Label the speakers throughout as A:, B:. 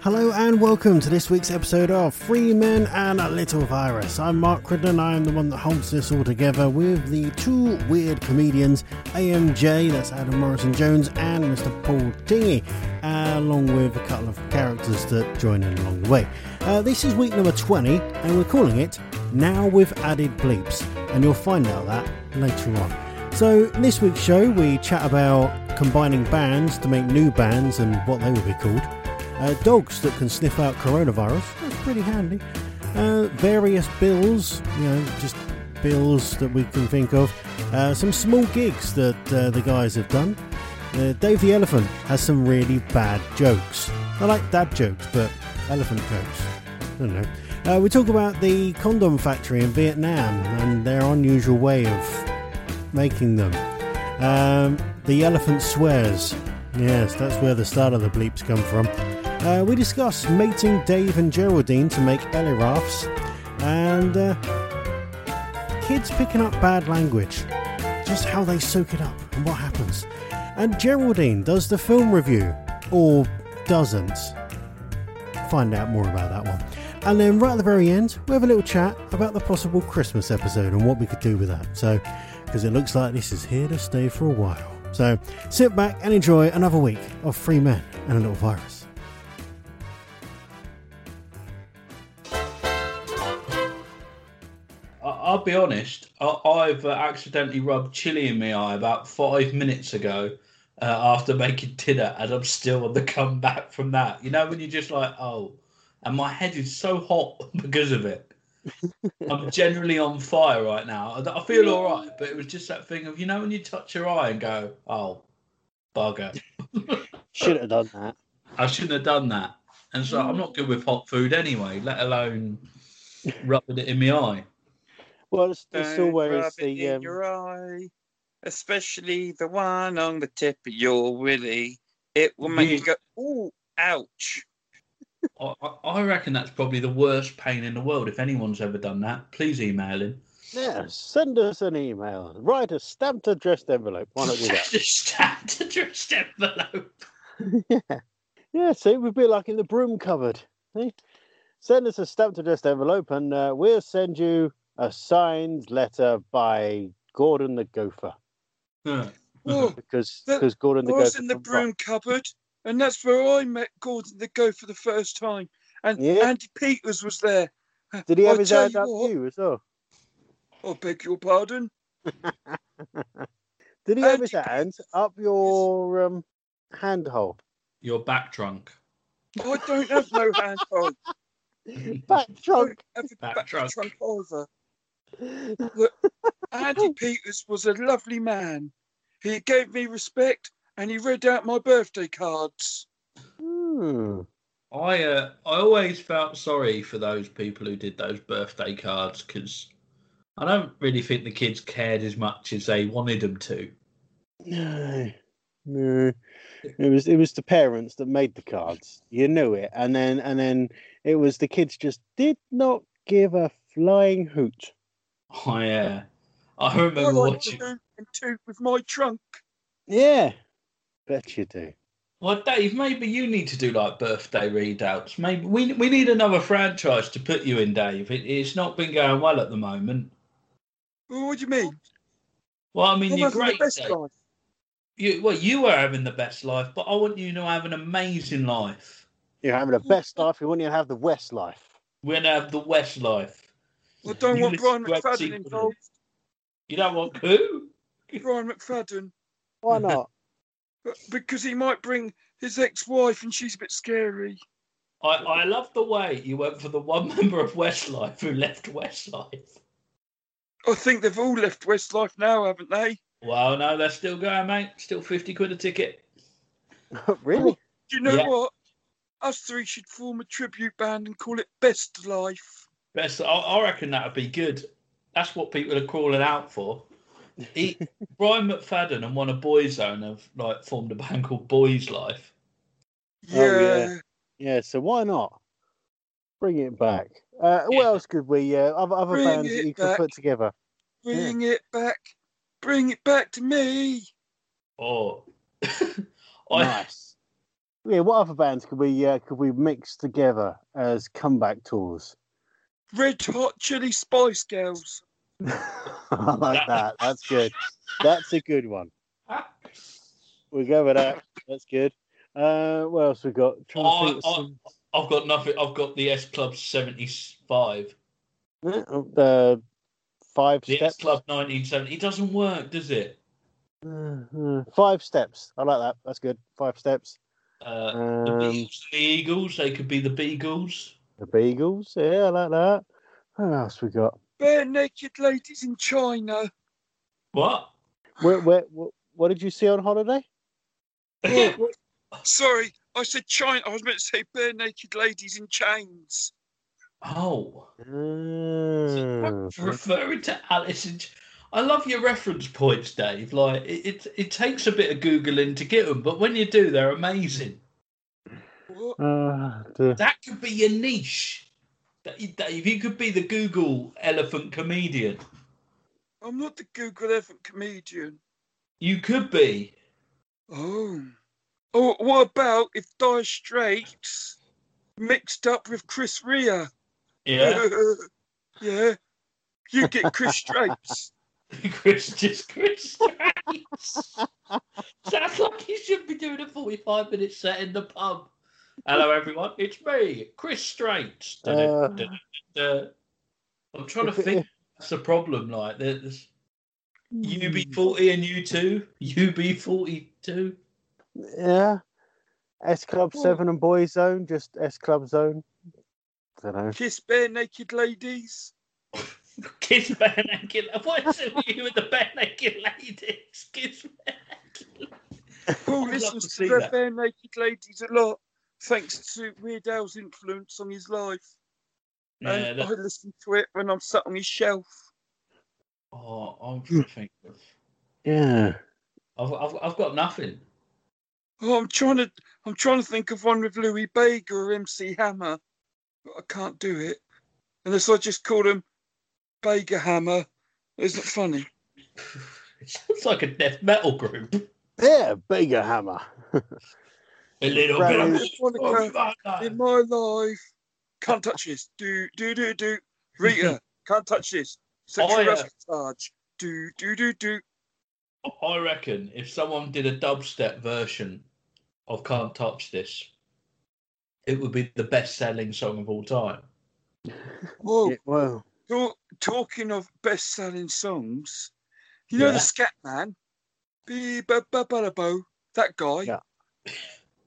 A: Hello and welcome to this week's episode of Free Men and a Little Virus. I'm Mark Cridden, I am the one that holds this all together with the two weird comedians, AMJ, that's Adam Morrison Jones, and Mr. Paul Dingy, along with a couple of characters that join in along the way. Uh, this is week number 20, and we're calling it Now We've Added Bleeps, and you'll find out that later on. So, in this week's show, we chat about combining bands to make new bands and what they will be called uh, dogs that can sniff out coronavirus. That's pretty handy. Uh, various bills, you know, just bills that we can think of. Uh, some small gigs that uh, the guys have done. Uh, Dave the Elephant has some really bad jokes. I like dad jokes, but elephant jokes. I don't know. Uh, we talk about the condom factory in Vietnam and their unusual way of making them. Um, the elephant swears. Yes, that's where the start of the bleeps come from. Uh, we discuss mating Dave and Geraldine to make Elirafs and uh, kids picking up bad language, just how they soak it up and what happens. And Geraldine does the film review, or doesn't. Find out more about that one. And then right at the very end, we have a little chat about the possible Christmas episode and what we could do with that. So, because it looks like this is here to stay for a while. So, sit back and enjoy another week of Free Men and a Little Virus.
B: I- I'll be honest. I- I've uh, accidentally rubbed chili in my eye about five minutes ago uh, after making dinner, and I'm still on the comeback from that. You know, when you're just like, oh, and my head is so hot because of it. I'm generally on fire right now. I I feel all right, but it was just that thing of, you know, when you touch your eye and go, oh, bugger,
C: Should have done that.
B: I shouldn't have done that. And so I'm not good with hot food anyway, let alone rubbing it in my eye.
C: Well, it's, it's
D: Don't
C: always
D: rub it
C: the
D: in
C: um,
D: your eye, especially the one on the tip of your willy. It will make you go, "Ooh, ouch!"
B: I, I- I reckon that's probably the worst pain in the world. If anyone's ever done that, please email him.
C: yeah. Send us an email. Write a stamped addressed envelope. Why not do that?
B: Just stamped addressed envelope.
C: yeah, see, it would be like in the broom cupboard. See? Send us a stamped addressed envelope, and uh, we'll send you a signed letter by Gordon the Gopher
B: Yeah.
D: Oh,
C: because
D: That
C: because Gordon
D: I
C: the
D: was
C: Gopher
D: in the
C: from-
D: broom cupboard, and that's where I met Gordon the Go for the first time. And
C: Yeah.
D: Andy Peters was there.
C: Did he have
D: I'll
C: his
D: tell
C: hand
D: you
C: up
D: what.
C: to you as well?
D: I beg your pardon.
C: Did he have
D: Andy
C: his hand up your um, handhold?
B: Your back trunk.
D: I don't have no hand on.
C: Back trunk.
D: Have a
B: Back
D: back,
B: trunk.
D: trunk. over. Andy Peters was a lovely man. He gave me respect, and he read out my birthday cards.
C: Hmm.
B: I uh, I always felt sorry for those people who did those birthday cards because I don't really think the kids cared as much as they wanted them to.
C: No, no. It was it was the parents that made the cards. You knew it, and then and then it was the kids just did not give a flying hoot.
B: I uh, I remember
D: I like
B: watching.
D: balloon and two with my trunk.
C: Yeah, bet you do.
B: Well, Dave, maybe you need to do like birthday readouts. Maybe we we need another franchise to put you in, Dave. It, it's not been going well at the moment.
D: Well, what do you mean?
B: Well, I mean,
D: I'm
B: you're
D: having the
B: great.
D: best
B: Dave.
D: life.
B: You, well, you are having the best life, but I want you to have an amazing life.
C: You're having the best life. You want to have the West life.
B: We're gonna have the West life.
D: I don't
B: You
D: want
B: listen
D: Brian
B: to Ed
D: McFadden
B: Sheeran.
D: involved.
B: You don't want who?
D: Brian McFadden,
C: Why not?
D: but- because he might bring his ex-wife, and she's a bit scary.
B: I, I love the way you went for the one member of Westlife who left Westlife.
D: I think they've all left Westlife now, haven't they?
B: Well, no, they're still going, mate. Still fifty quid a ticket.
C: really?
D: Do you know
B: Yeah.
D: what? Us three should form a tribute band and call it Best Life.
B: Best, I, I reckon that would be good. That's what people are crawling out for. He, Brian McFadden and one of Boys Zone have like formed a band called Boys Life.
D: Yeah.
A: Oh, yeah. Yeah, so why not? Bring it back. Uh, What
B: Yeah.
A: else could we? Uh, other other
D: Bring
A: bands that
D: it
A: you could
D: back.
A: put together.
D: Bring it back. Bring it back to me.
B: Oh, I,
A: Nice. Yeah, what other bands could we uh, could we mix together as comeback tours?
D: Red Hot Chili Spice Girls.
A: I like that. That's good. That's a good one. We go with that. That's good. Uh, what else we got? Trying
B: Oh,
A: to think of
B: oh,
A: some-
B: I've got nothing. I've got the S Club seventy five.
A: uh, the five
B: The S
A: steps.
B: Club nineteen seventy. It doesn't work, does it?
A: Uh, uh, five steps. I like that. That's good. Five steps.
B: Uh, the,
A: Um,
B: Beatles, the Eagles. They could be the Beagles.
A: the Beagles. Yeah, I like that. What else we got?
D: Bare naked ladies in China.
B: What?
A: Where, where, wh- what did you see on holiday?
D: Oh, Sorry, I said China. I was meant to say bare naked ladies in chains.
B: oh,
A: Mm.
B: referring to Alice. In Ch- I love your reference points, Dave. Like it, it, it takes a bit of googling to get them, but when you do, they're amazing.
D: What?
A: Uh, the-
B: That could be your niche. That, that- if you could be the Google elephant comedian,
D: I'm not the Google Elephant comedian.
B: you could be.
D: Oh. Oh, what about if Dire Straits mixed up with Chris Rea?
B: Yeah,
D: yeah. You get Chris Straits.
B: Chris just Chris Straits. Sounds like he should be doing a forty-five minute set in the pub. Hello, everyone. It's me, Chris Straits.
A: Uh.
B: Da-da-da-da-da. I'm trying to
A: If it-
B: think. That's the problem. Like there's UB40 and U2, UB42.
A: yeah. S Club Seven and Boy Zone. Just S Club Zone. don't know.
D: Kiss bare naked ladies.
B: Kiss bare naked. What is it with you with the bare naked ladies? Kiss bare naked.
D: Paul
B: I'd love to
D: listens
B: see
D: to the
B: that.
D: bare naked ladies a lot, thanks to Weird Al's influence on his life.
B: Yeah,
D: and I
B: that,
D: listen to it when I'm sat on his shelf.
B: oh, I'm trying to think. of-
A: Yeah.
B: I've, I've, I've got nothing.
D: Oh, I'm trying to, I'm trying to think of one with Louis Baker or MC Hammer, but I can't do it unless I just call him Baker Hammer. Isn't it funny?
B: It sounds like a death metal group.
A: Yeah. Bigger hammer.
B: A little
A: Right,
B: bit
A: we
B: of
D: just wanna
B: Oh, right,
D: In
B: right.
D: my life, can't touch this. Do do do do. Rita, can't touch this. Sexual
B: Oh, yeah.
D: harassment charge. Do do do do.
B: I reckon if someone did a dubstep version of Can't Touch This, it would be the best selling song of all time.
D: Whoa.
A: Yeah, well.
D: Talk, Oh, talking of best selling songs, you know
B: Yeah.
D: the Scat Man? Bee ba ba ba da bo, that guy.
A: Yeah.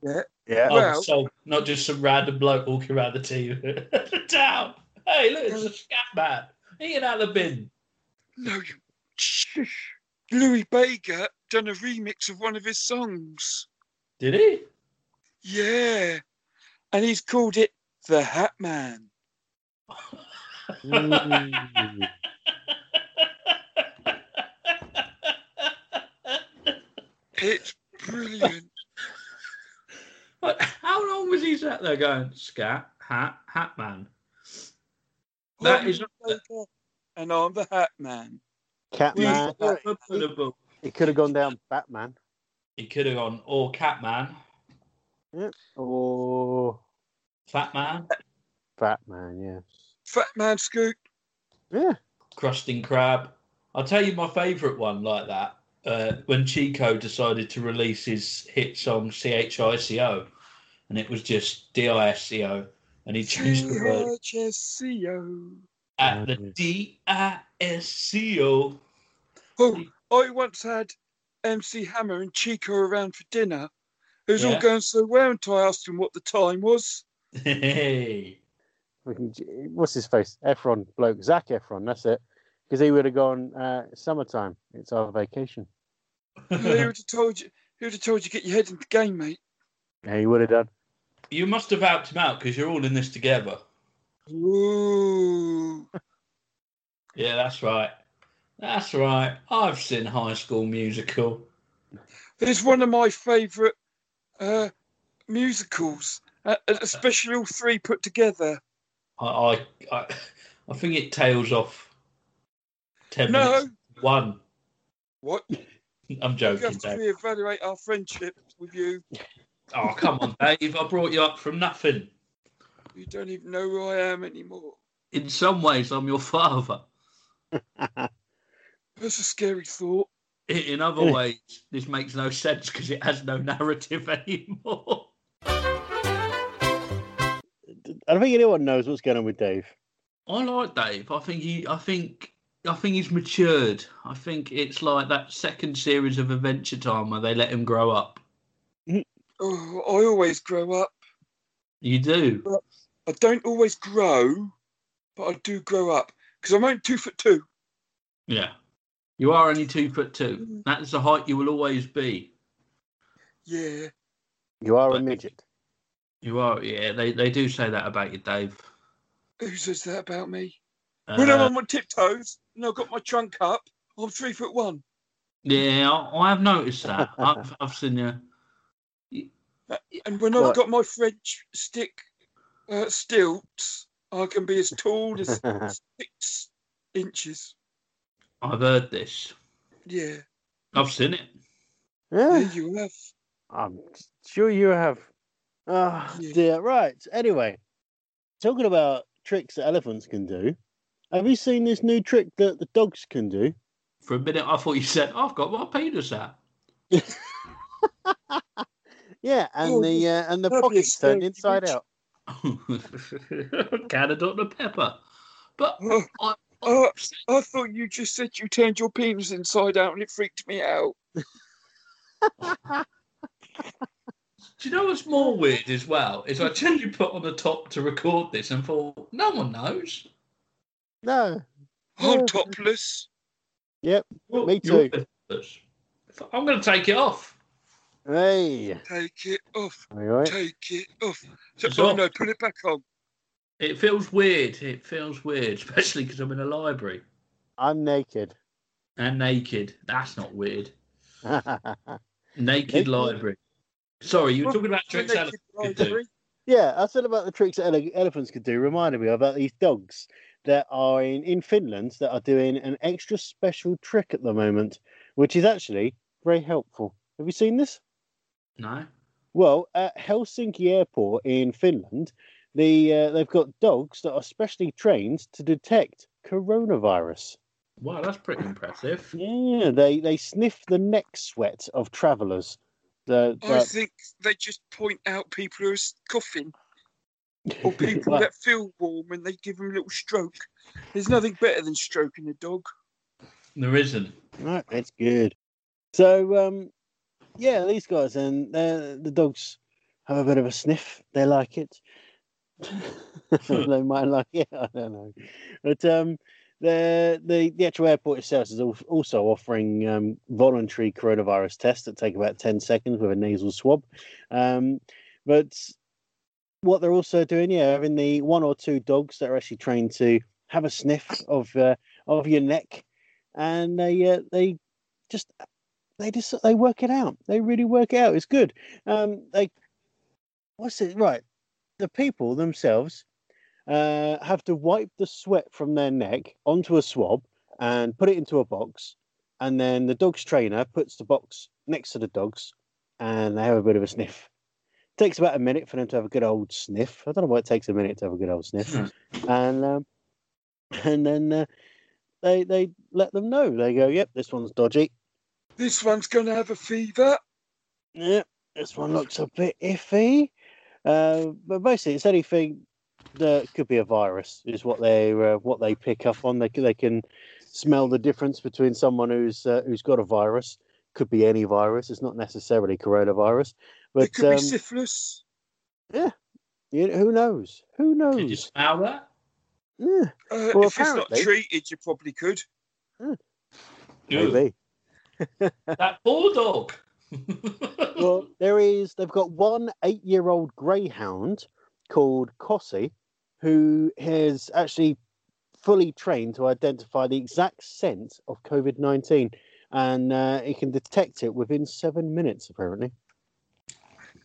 B: Oh,
A: Yeah.
D: Well-
B: so not just some random bloke walking around the TV the town. Hey, look, it's a scat man eating out of the bin.
D: No, you. Shush. Louis Baker done a remix of one of his songs.
B: Did he?
D: Yeah. And he's called it The Hat Man.
A: Mm.
D: It's brilliant.
B: What- How long was he sat there going scat hat hat man? That
D: I'm
B: is-
D: Louis Baker, and I'm the Hat Man.
A: Catman.
B: Unbelievable.
A: It could have gone down Batman
B: He could have gone "Oh, or cat man,
A: or
B: fat man,
A: Batman. Yeah.
D: Fat Man Scoop.
A: Yeah.
B: crusting crab. I'll tell you my favourite one like that. Uh, when Chico decided to release his hit song CHICO, and it was just DISCO, and he changed the word
D: G-H-S-C-O.
B: at the DISCO.
D: Oh, I once had MC Hammer and Chico around for dinner. It was
B: Yeah.
D: all going so well until I asked him what the time was.
B: Hey.
A: We can, what's his face? Efron bloke, Zach Efron. That's it. Because he would have gone uh, summertime. It's our vacation.
D: he would have told you. He would have told you get your head in the game, mate.
A: Yeah, he would have done.
B: you must have helped him out because you're all in this together.
D: Ooh.
B: Yeah, that's right. That's right. I've seen High School Musical.
D: It's one of my favourite uh, musicals, uh, especially all three put together.
B: I, I, I, I think it tails off. Ten
D: No.
B: minutes. One.
D: What?
B: I'm
D: We
B: joking,
D: have to
B: Dave.
D: reevaluate our friendship with you.
B: Oh, come on, Dave. I brought you up from nothing.
D: You don't even know who I am anymore.
B: In some ways, I'm your father.
D: That's a scary thought.
B: I- In other ways, this makes no sense because it has no narrative anymore.
A: I don't think anyone knows what's going on with Dave.
B: I like Dave. I think he. I think. I think he's matured. I think it's like that second series of Adventure Time where they let him grow up.
D: Oh, I always grow up.
B: You do.
D: I don't always grow, but I do grow up because I'm only two foot two.
B: Yeah. You are only two foot two. That's the height you will always be.
D: Yeah.
A: You are a
B: But-
A: midget.
B: You are. Yeah. They they do say that about you, Dave.
D: Who says that about me? when I'm
B: Uh,
D: on my tiptoes and I've got my trunk up, I'm three foot one.
B: yeah, I, I have noticed that. I've, I've seen you.
D: And when
A: Right.
D: I've got my French stick uh, stilts, I can be as tall as six inches.
B: I've heard this.
D: Yeah,
B: I've seen it.
D: there
A: yeah,
D: you have.
A: I'm sure you have. Oh,
D: Yeah.
A: dear. Right. Anyway, talking about tricks that elephants can do, have you seen this new trick that the dogs can do?
B: For a minute, I thought you said, "I've got my penis out."
A: Yeah, and
D: Oh,
A: the uh, and the
D: that'd be a
A: pockets turned
D: scary
A: inside
D: image.
A: out.
B: Can of Dr Pepper. But
D: Oh, oh, I thought you just said you turned your penis inside out and it freaked me out.
B: Do you know what's more weird as well? Is I generally put on the top to record this and thought, no one knows.
A: No,
D: I'm
A: Yeah.
D: topless.
B: Well,
A: Me
B: you're
A: too.
B: topless. I'm going to take it off.
A: hey,
D: Take it off.
A: all right.
D: Take it off.
B: It's
D: oh
B: off.
D: no, put it back on.
B: It feels weird. It feels weird, especially because I'm in a library
A: I'm naked.
B: and naked. That's not weird.
A: yeah,
B: Naked,
A: Naked?
B: library. Sorry, you were
D: Well,
B: talking about
D: When
B: tricks.
D: they
B: Alex
D: did
B: could do.
D: library,
A: I said about the tricks that ele- elephants could do. Reminded me about these dogs that are in, in Finland that are doing an extra special trick at the moment, which is actually very helpful. Have you seen this?
B: No.
A: Well, at Helsinki Airport in Finland, the uh, they've got dogs that are specially trained to detect coronavirus.
B: Wow, that's pretty impressive.
A: Yeah, they they sniff the neck sweat of travellers. The,
D: I think they just point out people who are coughing or people
A: Well,
D: that feel warm and they give them a little stroke. There's nothing better than stroking a dog.
B: There isn't.
A: right, that's good. So, um, yeah, these guys and uh, the dogs have a bit of a sniff. They like it. they might like it. I don't know, but um, the the the actual airport itself is al- also offering um, voluntary coronavirus tests that take about ten seconds with a nasal swab. Um, but what they're also doing, yeah, having the one or two dogs that are actually trained to have a sniff of uh, of your neck, and they uh, they just they just they work it out. They really work it out. It's good. Um, they what's it right? The people themselves uh, have to wipe the sweat from their neck onto a swab and put it into a box, and then the dog's trainer puts the box next to the dogs, and they have a bit of a sniff takes about a minute for them to have a good old sniff. I don't know why it takes a minute to have a good old sniff.
B: Hmm.
A: And um, and then uh, they they let them know. They go, "Yep, this one's dodgy.
D: This one's going to have a fever.
A: Yep, this one looks a bit iffy." Uh, but basically, it's anything that could be a virus is what they uh, what they pick up on. They can- they can smell the difference between someone who's uh, who's got a virus. Could be any virus. It's not necessarily coronavirus,
D: it
A: but
D: could
A: um,
D: be syphilis.
A: you know, who knows? Who
B: Did you
A: knows?
B: smell that?
A: Yeah.
D: Uh,
A: Well,
D: if it's not
A: apparently-
D: treated, you probably could.
B: Ooh,
A: Maybe.
B: That bulldog.
A: Well, there is. They've got one eight-year-old greyhound called Cossie, who has actually fully trained to identify the exact sense of COVID 19 and uh, it can detect it within seven minutes, apparently.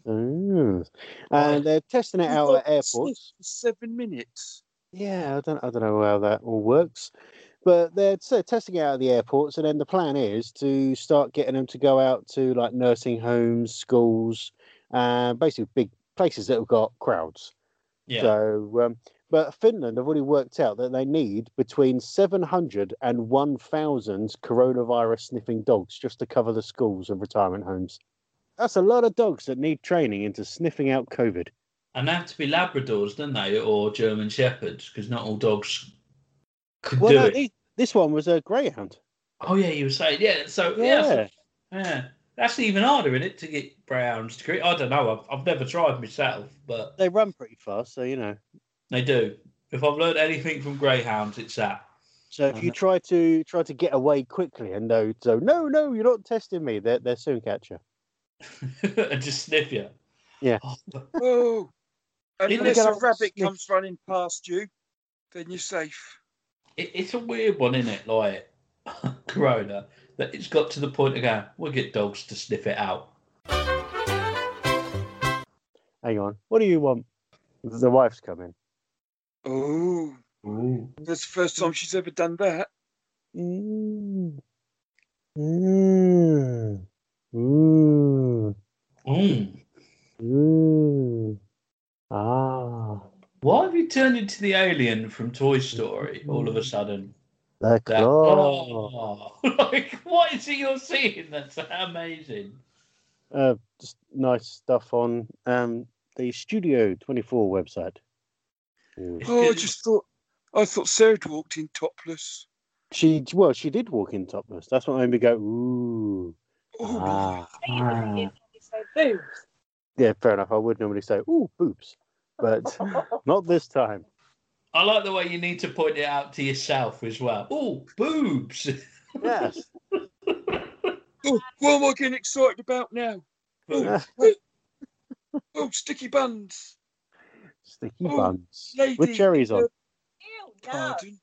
A: Oh. And they're testing it out at airports.
D: Seven minutes.
A: Yeah, I don't, I don't know how that all works, but they're t- testing it out at the airports, and then the plan is to start getting them to go out to like nursing homes, schools, and basically big places that have got crowds.
B: Yeah.
A: So, um, but Finland have already worked out that they need between 700 and 1,000 coronavirus sniffing dogs just to cover the schools and retirement homes. That's a lot of dogs that need training into sniffing out COVID.
B: And they have to be Labradors, don't they, or German Shepherds? Because not all dogs could
A: Well,
B: do
A: no,
B: it.
A: thi- this one was a greyhound.
B: Oh yeah, you were saying yeah. So yeah,
A: Yeah.
B: yeah. That's even harder, in it, to get Browns to create. I don't know. I've, I've never tried myself, but
A: They run pretty fast, so you know.
B: they do. If I've learned anything from greyhounds, it's that.
A: So if you
B: Mhm.
A: try to try to get away quickly and no, so no, no, you're not testing me. They're they're soon catch you.
B: and just sniff you.
A: Yeah.
B: Oh,
D: Oh,
B: You
D: unless a
A: gotta-
D: rabbit comes running past you, then you're safe.
B: it, it's a weird one, isn't it? Like Corona, that it's got to the point of going, we'll get dogs to sniff it out.
A: Hang on, what do you want? The wife's coming.
D: Oh,
B: Ooh.
D: that's the first time she's ever done that.
A: Mm. Mm. Ooh.
B: Mm.
A: Ooh. Ah.
B: Why have you turned into the alien from Toy Story all of a sudden?
A: The
B: That,
A: claw.
B: oh. like, what is it you're seeing? That's amazing.
A: Uh, just nice stuff on um the Studio 24 website. Ooh.
B: It's
D: Oh, I
B: good.
D: just thought, I thought Sarah walked in topless.
A: She well, she did walk in topless. That's what made me go ooh.
D: Oh,
A: Ah.
E: Hey, it's so boobs.
A: Yeah, fair enough. I would normally say ooh boobs, but not this time.
B: I like the way you need to point it out to yourself as well. Oh, boobs.
A: Yes.
D: oh, what am I getting excited about now? Oh,
A: ah,
D: oh sticky buns.
A: Sticky
D: Oh,
A: buns with
D: lady,
A: cherries on.
E: Ew, no.
D: Pardon.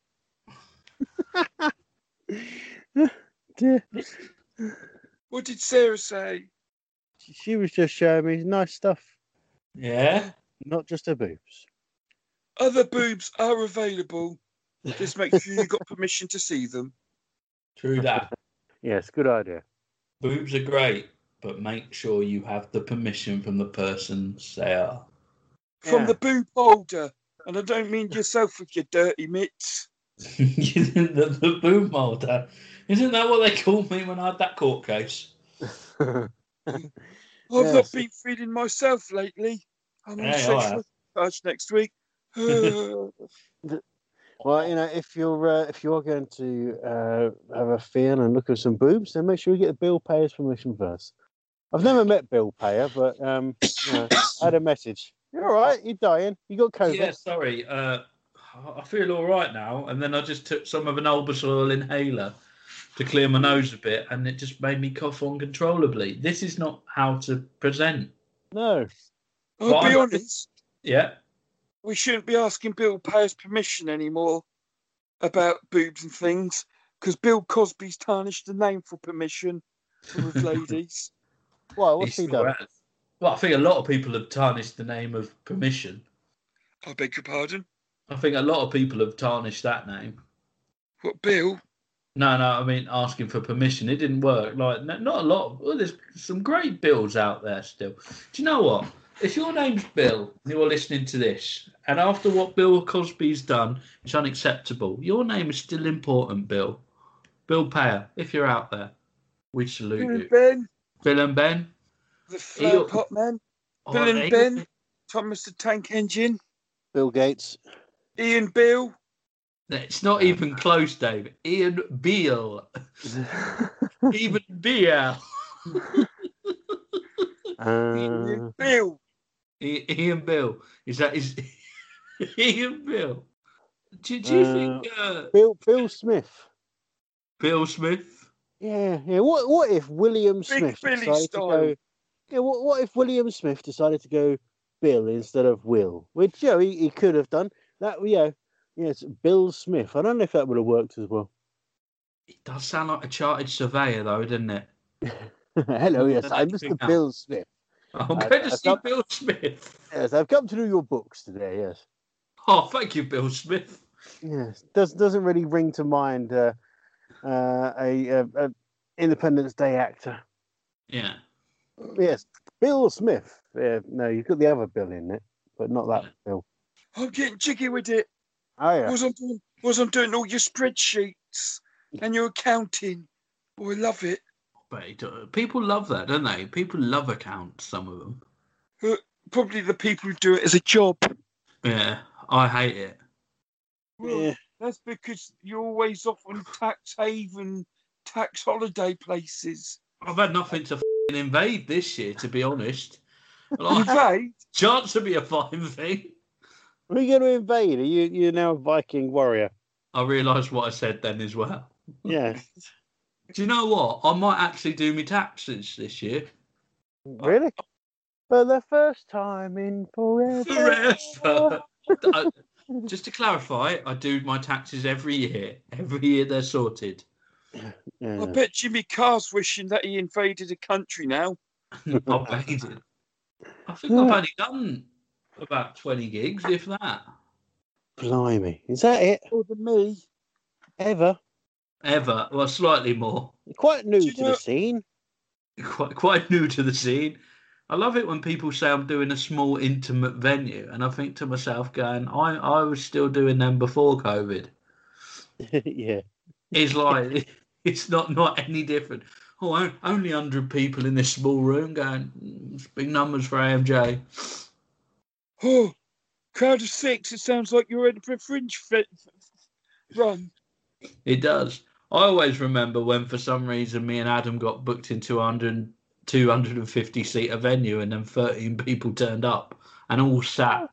A: Dear.
D: What did Sarah say?
A: She was just showing me nice stuff,
B: yeah.
A: not just her boobs.
D: Other boobs are available. Just make sure you got permission to see them.
B: True that.
A: Yes, good idea.
B: boobs are great, but make sure you have the permission from the person they are.
D: From
A: Yeah.
D: the boob holder. And I don't mean yourself with your dirty mitts.
B: the, the boob molder. Isn't that what they called me when I had that court case?
D: I've
A: Yes.
D: not been feeding myself lately. I'm on
B: Yeah, you
D: sexual charge next week. Uh,
A: well, you know, if you're uh, if you're going to uh, have a feel and look at some boobs, then make sure you get the bill payer's permission first. I've never met bill payer, but um, you know, I had a message. You're all right. You're dying. You got COVID.
B: Yeah, sorry. Uh, I feel all right now. And then I just took some of an Albusol inhaler to clear my nose a bit, and it just made me cough uncontrollably. This is not how to present.
A: No.
D: I'll be
B: Fine.
D: honest,
B: Yeah.
D: we shouldn't be asking Bill Payer's permission anymore about boobs and things because Bill Cosby's tarnished the name for permission with ladies.
A: Why? What's
B: He
A: he
B: still
A: done?
B: has. Well, I think a lot of people have tarnished the name of permission.
D: I beg your pardon.
B: I think a lot of people have tarnished that name.
D: What, Bill?
B: No, no, I mean asking for permission. It didn't work. Like, n- not a lot. Well, there's some great bills out there still. Do you know what? If your name's Bill, and you're listening to this, and after what Bill Cosby's done, it's unacceptable. Your name is still important, Bill. Bill Payer, if you're out there, we
D: Bill
B: salute
D: and
B: you.
D: Ben,
B: Bill and Ben.
D: the flower pot man, Bill and
B: Ollie,
D: Ben. Thomas the Tank Engine,
A: Bill Gates.
D: Ian Bill.
B: It's not even close, Dave. Ian Beale. even Beale.
A: Uh, Mm.
D: Ian Bill.
B: I- Ian Bill. Is that is Ian Bill? Do, do you
A: Uh,
B: think uh,
A: Bill Bill Smith.
B: Bill Smith?
A: Yeah, yeah. What what if William Smith
D: Billy
A: decided
D: style.
A: to go? Yeah, what, what if William Smith decided to go Bill instead of Will? Which you know, he, he could have done that. You know, Yes, Bill Smith. I don't know if that would have worked as well.
B: It does sound like a chartered surveyor, though, doesn't it?
A: Hello, yes,
B: Did I
A: I'm
B: pick
A: Mr.
B: up?
A: Bill Smith.
B: I'm
A: I-
B: going
A: I
B: to see
A: thought-
B: Bill Smith.
A: Yes, I've come to do your books today. Yes,
B: Oh, thank you, Bill Smith.
A: yes. Does doesn't really ring to mind uh, uh, a, a, a Independence Day actor.
B: Yeah.
A: Yes, Bill Smith. Yeah, no, you've got the other Bill in it, but not that Bill.
D: I'm getting jiggy with it.
A: Oh yeah.
D: Was I'm doing, was I'm doing all your spreadsheets and your accounting. Oh, I love it.
B: But it, people love that, don't they? People love accounts, some of them.
D: Probably the people who do it as a job.
B: Yeah. I hate it.
D: Well,
A: Yeah.
D: That's because you're always off on tax haven, tax holiday places.
B: I've had nothing to fing invade this year, to be honest.
D: You
B: Like,
D: pay?
B: chance would be a fine thing.
A: Are we going to invade? Are you you're now a Viking warrior?
B: I realised what I said then as well.
A: Yeah.
B: Do you know what? I might actually do my taxes this year.
A: really? For the first time in forever.
B: Forever. I- just to clarify, I do my taxes every year. Every year they're sorted.
A: Yeah.
D: I bet Jimmy Carr's wishing that he invaded a country now.
B: I've made it. I think I've
A: Yeah.
B: only done about 20 gigs, if that.
A: Blimey. Is that it?
D: More than me.
A: Ever?
B: Ever. Well, slightly more.
A: Quite new
D: Do you
A: to
D: know-
A: the scene.
B: Quite, quite new to the scene. I love it when people say I'm doing a small, intimate venue. And I think to myself, going, I, I was still doing them before COVID.
A: yeah.
B: It's like, it's not, not any different. Oh, on- only 100 people in this small room going, "Mm, it's big numbers for AMJ.
D: Oh, crowd of six. It sounds like you're at a fringe fe- run.
B: It does. I always remember when, for some reason, me and Adam got booked in 200, 250 seat a venue, and then 13 people turned up and all sat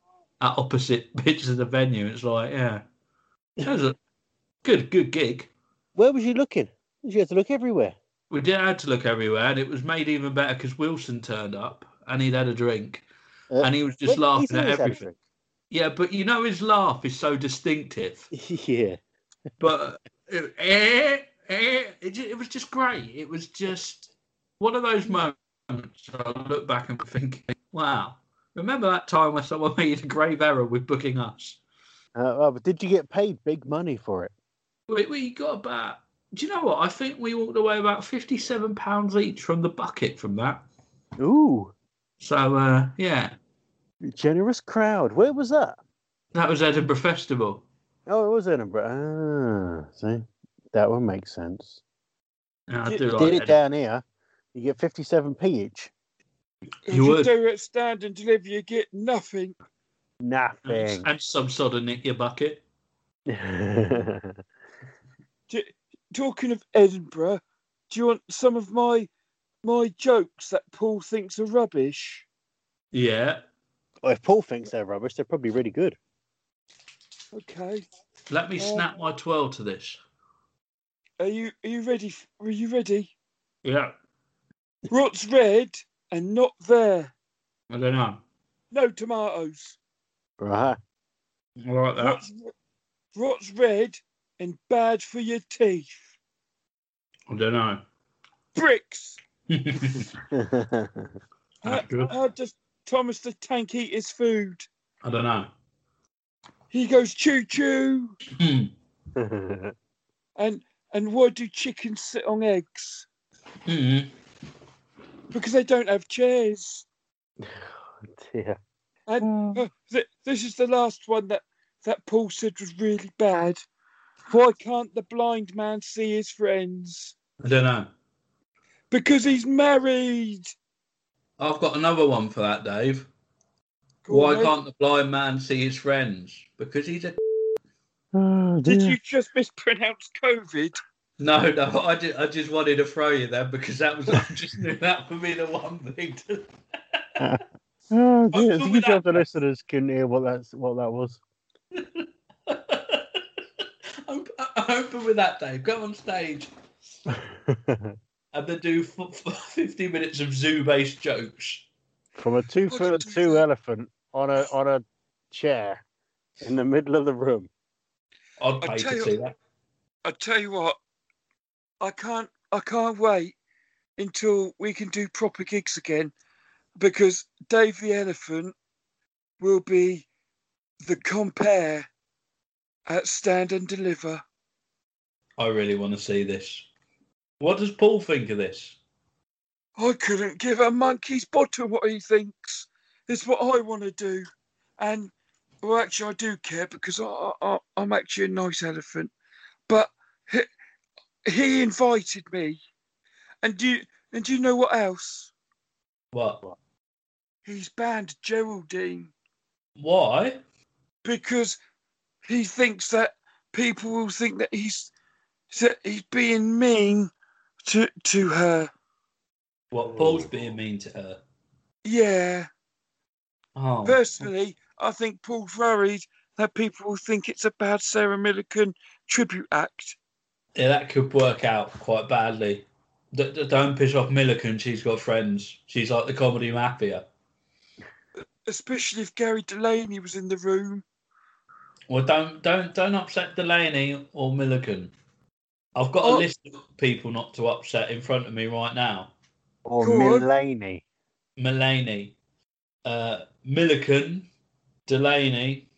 B: at opposite bits of the venue. It's like, yeah, that was a good, good gig.
A: Where was you looking? You had to look everywhere.
B: We did had to look everywhere, and it was made even better because Wilson turned up and he'd had a drink
A: Uh,
B: and he was just
A: Well, he's
B: laughing at
A: always had a
B: everything. Yeah, but you know, his laugh is so distinctive.
A: drink. yeah.
B: but it, eh, eh, it, ju- it was just great. It was just one of those moments I look back and think, wow, remember that time when someone made a grave error with booking us?
A: Uh, oh, but did you get paid big money for it?
B: We, we got about, do you know what? I think we walked away about £57 each from the bucket from that.
A: Ooh,
B: So, uh, yeah,
A: generous crowd. Where was that?
B: that was Edinburgh Festival.
A: Oh, it was Edinburgh. Ah, see, that one makes sense.
B: And I
A: Did,
B: do
A: did
B: like
A: it
B: Edinburgh.
A: down here, you get 57p each.
D: If
B: You would.
D: do it stand and deliver, you get nothing.
A: Nothing.
B: and some sort of nick your bucket.
D: Talking of Edinburgh, do you want some of my my jokes that Paul thinks are rubbish?
B: Yeah,
A: well, if Paul thinks they're rubbish, they're probably really good.
D: Okay.
B: let me
D: Oh.
B: snap my twirl to this.
D: Are you are you ready? f- Are you ready?
B: Yeah,
D: Rot's red and not there.
B: I don't know.
D: No tomatoes.
A: Right.
B: I like that.
D: Rot's, rot's red and bad for your teeth.
B: I don't know.
D: Bricks.
A: That's
B: Ah,
D: How, how does Thomas the Tank eat his food?
B: I don't know.
D: He goes choo choo. And and why do chickens sit on eggs?
B: Mm.
D: Because they don't have chairs.
A: dear.
D: And uh, th- this is the last one that, that Paul said was really bad. Why can't the blind man see his friends?
B: I don't know.
D: Because he's married.
B: I've got another one for that, Dave.
D: Go
B: Why
D: on, mate.
B: can't the blind man see his friends? Because he's a
A: Oh,
D: Did
A: dear.
D: you just mispronounce COVID?
B: no, no. I just, I just wanted to throw you there because that was I just knew that would be the one thing. To...
A: Oh, dear.
B: I'm
A: So
B: sure
A: you
B: that-
A: sure the listeners can hear what that's what that was.
B: I'm, I'm open with that, Dave. Go on stage and then do f- f- fifty minutes of zoo-based jokes.
A: From a two foot and two elephant on a on a chair in the middle of the room.
B: I'd
D: I
B: pay
D: tell
B: to
D: you-
B: see that.
D: I tell you what, I can't I can't wait until we can do proper gigs again because Dave the Elephant will be the compare at Stand and Deliver.
B: I really want to see this. What does Paul think of this?
D: I couldn't give a monkey's bottom what he thinks. It's what I want to do. And, well, actually, I do care because I, I, I- I'm actually a nice elephant. But he, he invited me. And do, you, and do you know what else?
B: What?
D: He's banned Geraldine
B: Why?
D: because he thinks that people will think that he's that he's being mean to to her.
B: What? Paul's being mean to her.
D: Yeah.
B: Oh,
D: Personally, I think Paul's worried that people will think it's a bad Sarah Millican tribute act.
B: yeah, that could work out quite badly. D- d- don't piss off Milliken. She's got friends. She's like the comedy mafia.
D: Especially if Gary Delaney was in the room.
B: Well, don't don't don't upset Delaney or Milliken. I've got
D: Oh.
B: a list of people not to upset in front of me right now.
A: Or
D: Go on.
A: Mulaney.
B: Mulaney, uh, Milliken, Delaney,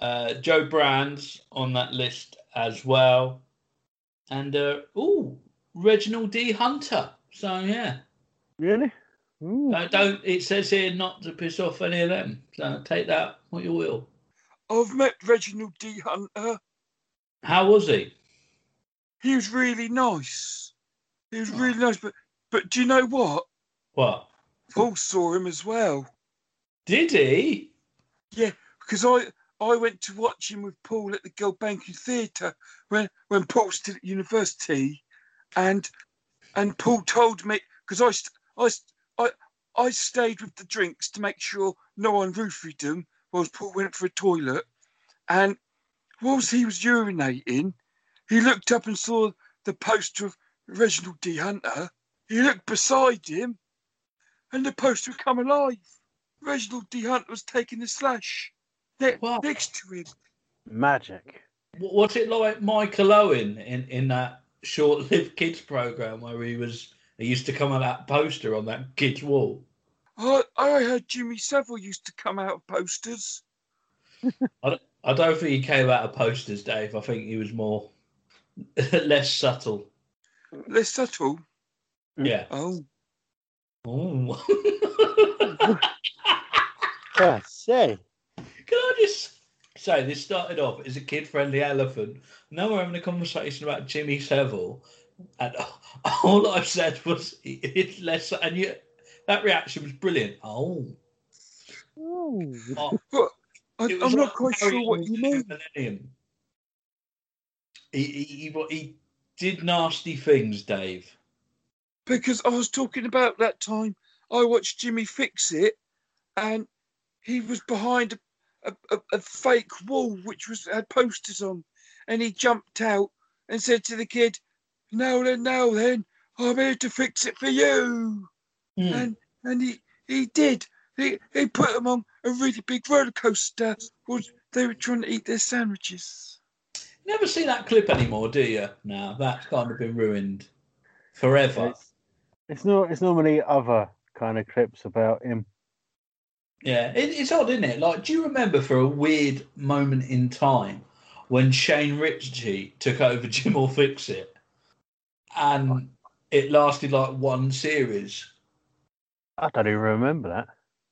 B: uh, Joe Brands on that list as well, and uh, oh, Reginald D. Hunter. So yeah,
A: Really? Ooh.
B: uh, don't. It says here not to piss off any of them. So take that what you will.
D: I've met Reginald D. Hunter.
B: How was he?
D: He was really nice. He was
B: Oh.
D: really nice, but but do you know what?
B: What
D: Paul saw him as well
B: did he?
D: because I I went to watch him with Paul at the Gulbenkian Theatre when when Paul was still at university, and and Paul told me because I st- I st- I I stayed with the drinks to make sure no one roofied them whilst Paul went for a toilet, and whilst he was urinating, he looked up and saw the poster of Reginald D Hunter. He looked beside him, and the poster had come alive. Reginald D Hunt was taking the slash ne-
B: Wow.
D: next to him.
A: Magic.
B: W- Was it like Michael Owen in in that short-lived kids program where he was? He used to come on that poster on that kid's wall.
D: I, I heard Jimmy Savile used to come out of posters.
B: I don't think he came out of posters, Dave. I think he was more less subtle. Mm.
D: They're subtle.
B: Yeah.
D: Oh,
B: Ooh.
A: I say.
B: Can I just say this started off as a kid-friendly elephant? Now we're having a conversation about Jimmy Savile, and all I've said was he- it's less. And you, that reaction was brilliant. Oh,
A: Ooh.
B: Oh,
D: I,
B: it
D: I'm
B: was
D: not
B: like
D: quite
B: Harry
D: sure what
B: Old's
D: you mean.
B: Millennium. He, he, he, wa- he did nasty things, Dave.
D: Because I was talking about that time I watched Jimmy fix it, and he was behind a, a, a, a fake wall which was had posters on, and he jumped out and said to the kid, "Now then, now then, I'm here to fix it for you."
B: Hmm.
D: and and he he did. He he put them on a really big roller coaster. Was they were trying to eat their sandwiches.
B: never see that clip anymore, do you? Now that's kind of been ruined forever.
A: It's, it's no. It's normally other kind of clips about him.
B: Yeah, it, it's odd, isn't it? Like, do you remember for a weird moment in time when Shane Ritchie took over Jim or Fix It, and it lasted like one series.
A: I don't even remember that.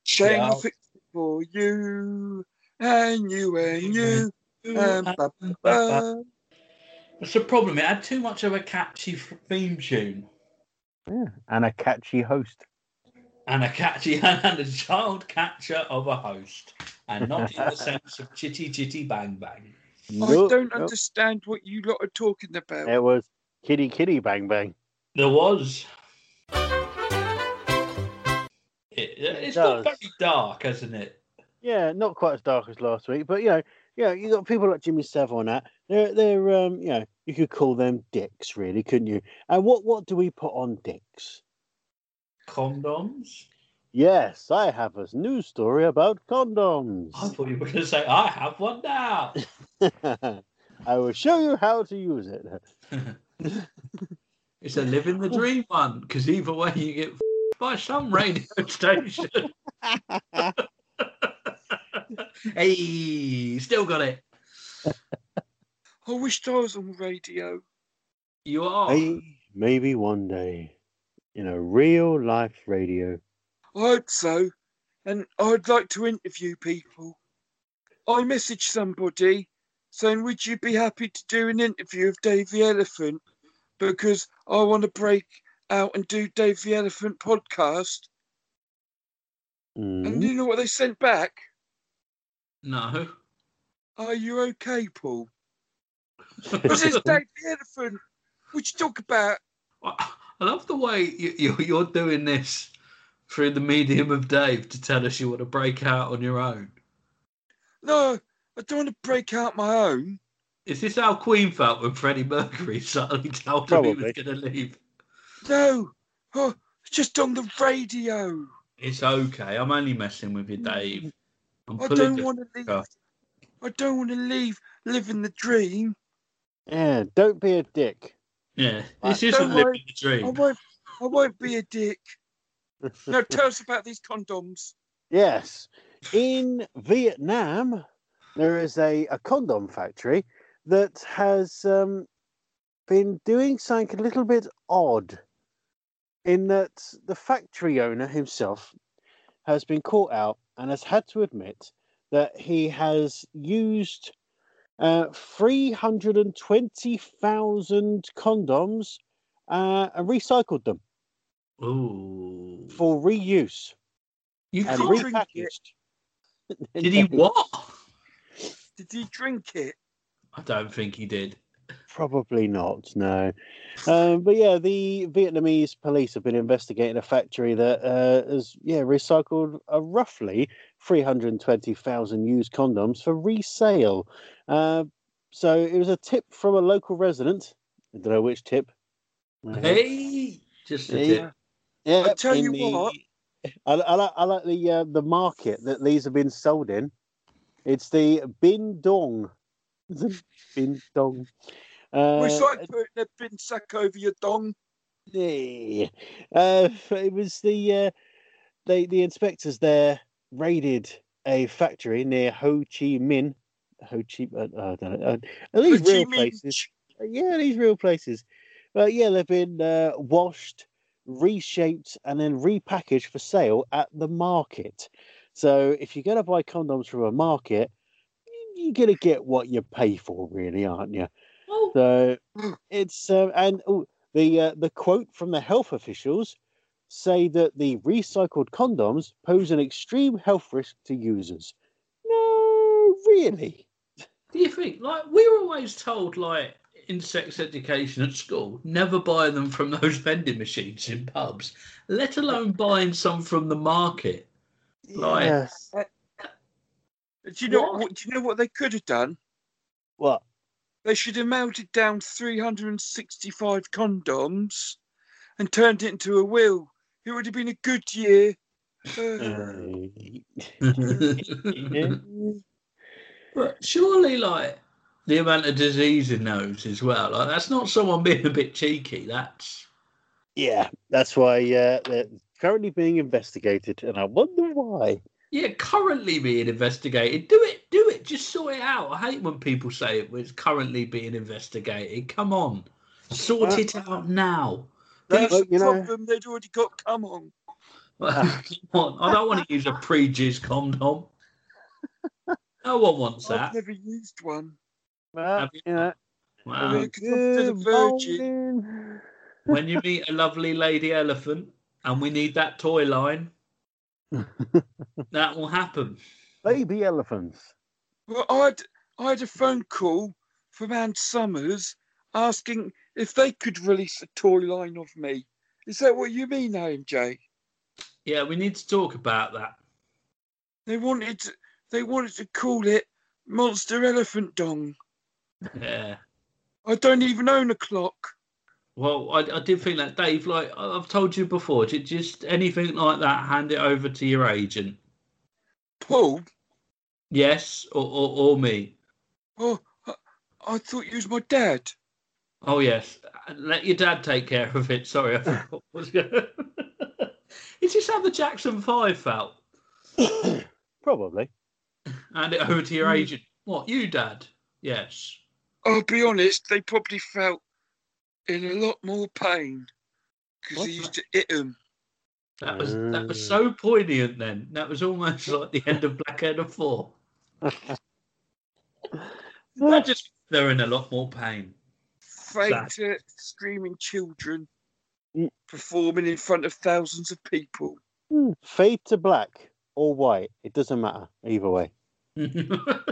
D: Shane um,
B: Yeah.
D: will fix it for you and you and you. And ba- ba- ba.
B: That's the problem. It had too much of a catchy f- theme tune
A: Yeah. And a catchy host.
B: and a catchy and a child catcher of a host, and not in the sense of chitty chitty bang bang.
D: I
A: Nope,
D: don't
A: nope.
D: understand what you lot are talking about.
A: It was kitty kitty bang bang.
B: There was. It, it's got
A: does.
B: very dark, hasn't it?
A: Yeah, not quite as dark as last week, but you know, yeah, you got people like Jimmy Savile and that. They're they're um, you know, you could call them dicks, really, couldn't you? And what what do we put on dicks?
B: Condoms.
A: Yes, I have a news story about
B: I
A: condoms.
B: thought you were going to say I have one now.
A: no, I will show you how to use it.
B: It's a living the dream one because either way you get by some radio station. hey, still got it.
D: I wished I was on radio.
B: You
D: Oh.
B: are.
A: May- Maybe one day in a real life radio.
D: I hope so. And I'd like to interview people. I messaged somebody saying, Would you be happy to do an interview of Dave the Elephant? Because I want to break out and do Dave the Elephant podcast. And
A: Mm.
D: you know what they sent back?
B: No.
D: Are you okay, Paul? This is Dave the Elephant. Would you talk about?
B: I I love the way you, you, you're doing this through the medium of Dave to tell us you want to break out on your own.
D: No, I don't want to break out my own.
B: Is this how Queen felt when Freddie Mercury suddenly told him he was
A: Probably.
B: going to leave?
D: No, oh, just on the radio.
B: It's okay. I'm only messing with you, Dave. I'm
D: I
B: pulling
D: don't
B: the-
D: want to leave.
B: Oh.
D: I don't want to leave living the dream.
A: Yeah, don't be a dick.
B: Yeah,
A: Right,
B: this isn't
D: don't worry.
B: living the
D: I
B: dream.
D: won't. I won't be a dick. No, tell us about these condoms.
A: Yes. In Vietnam, there is a, a condom factory that has um, been doing something a little bit odd in that the factory owner himself has been caught out and has had to admit that he has used uh, 320,000 condoms uh, and recycled them
B: Ooh.
A: for reuse
B: You
A: and
D: can't
B: can't.
D: drink
A: repackaged.
B: Did he
A: No.
B: what?
D: Did he drink it?
B: I don't think he did.
A: Probably not, no. Um, but yeah, the Vietnamese police have been investigating a factory that uh, has yeah recycled uh, roughly 320,000 used condoms for resale. Uh, so it was a tip from a local resident. I don't know which tip. Uh,
B: Hey, just a
A: Hey.
B: tip.
A: yeah,
D: I tell
A: in
D: you what.
A: I, I, like, I like the uh, the market that these have been sold in. It's the Bin Dong. Bin Dong. Uh,
D: Wish I put a bin sack over your dong.
A: Yeah. Uh, it was the uh, they the inspectors there raided a factory near Ho Chi Minh. Ho Chi, uh, I don't know. Uh, are these
D: What do you
A: real
D: mean?
A: places? Yeah, these real places. But yeah, they've been uh, washed, reshaped, and then repackaged for sale at the market. So if you're going to buy condoms from a market, you're going to get what you pay for, really, aren't you?
B: Oh,
A: So it's um, and oh, the uh, the quote from the health officials say that the recycled condoms pose an extreme health risk to users. No, really.
B: do you think? Like we were always told, like in sex education at school, never buy them from those vending machines in pubs, let alone buying some from the market. Right.
A: Yes.
D: Do you know
B: What?
D: what? Do you know what they could have done?
A: What?
D: They should have melted down 365 condoms and turned it into a will. It would have been a good year. Uh,
A: Yeah.
B: But surely, like the amount of disease in those as well. Like that's not someone being a bit cheeky. That's
A: yeah, that's why uh, they're currently being investigated, and I wonder why.
B: yeah, currently being investigated. Do it, do it. Just sort it out. I hate when people say it was currently being investigated. Come on, sort
A: Well-
B: it out now.
D: that's
A: Well,
D: the
A: you know-
D: problem. They'd already got come on.
B: Come on. I don't want to use a pre-jizz condom. No one wants
D: I've
B: that.
D: never used one.
A: Well,
B: Have you-
A: you know,
B: Wow.
D: Because I'm still a
A: good
D: virgin.
A: morning.
B: When you meet a lovely lady elephant, and we need that toy line, that will happen.
A: Baby elephants.
D: Well, I had, I had a phone call from Ann Summers asking if they could release a toy line of me. Is that what you mean, AMJ?
B: Yeah, we need to talk about that.
D: They wanted to, they wanted to call it Monster Elephant Dong.
B: Yeah.
D: I don't even own a clock.
B: Well, I, I did think that, Dave. Like I- I've told you before, ju- just anything like that, hand it over to your agent.
D: Paul,
B: Yes, or or, or me.
D: oh, I- I thought you was my dad.
B: Oh yes, let your dad take care of it. Sorry, I forgot. what was going. Is this how the Jackson Five felt?
A: Probably.
B: Hand it over to your agent. What you, dad? Yes.
D: I'll be honest, they probably felt in a lot more pain because
B: What?
D: he used to hit them.
B: That was that was
A: Mm.
B: so poignant then. That was almost like the end of Blackadder Four. That just they're in a lot more pain.
D: Fainter, screaming children
A: Mm.
D: performing in front of thousands of people.
A: Hmm, Fade to black or white, it doesn't matter either way.
B: oh,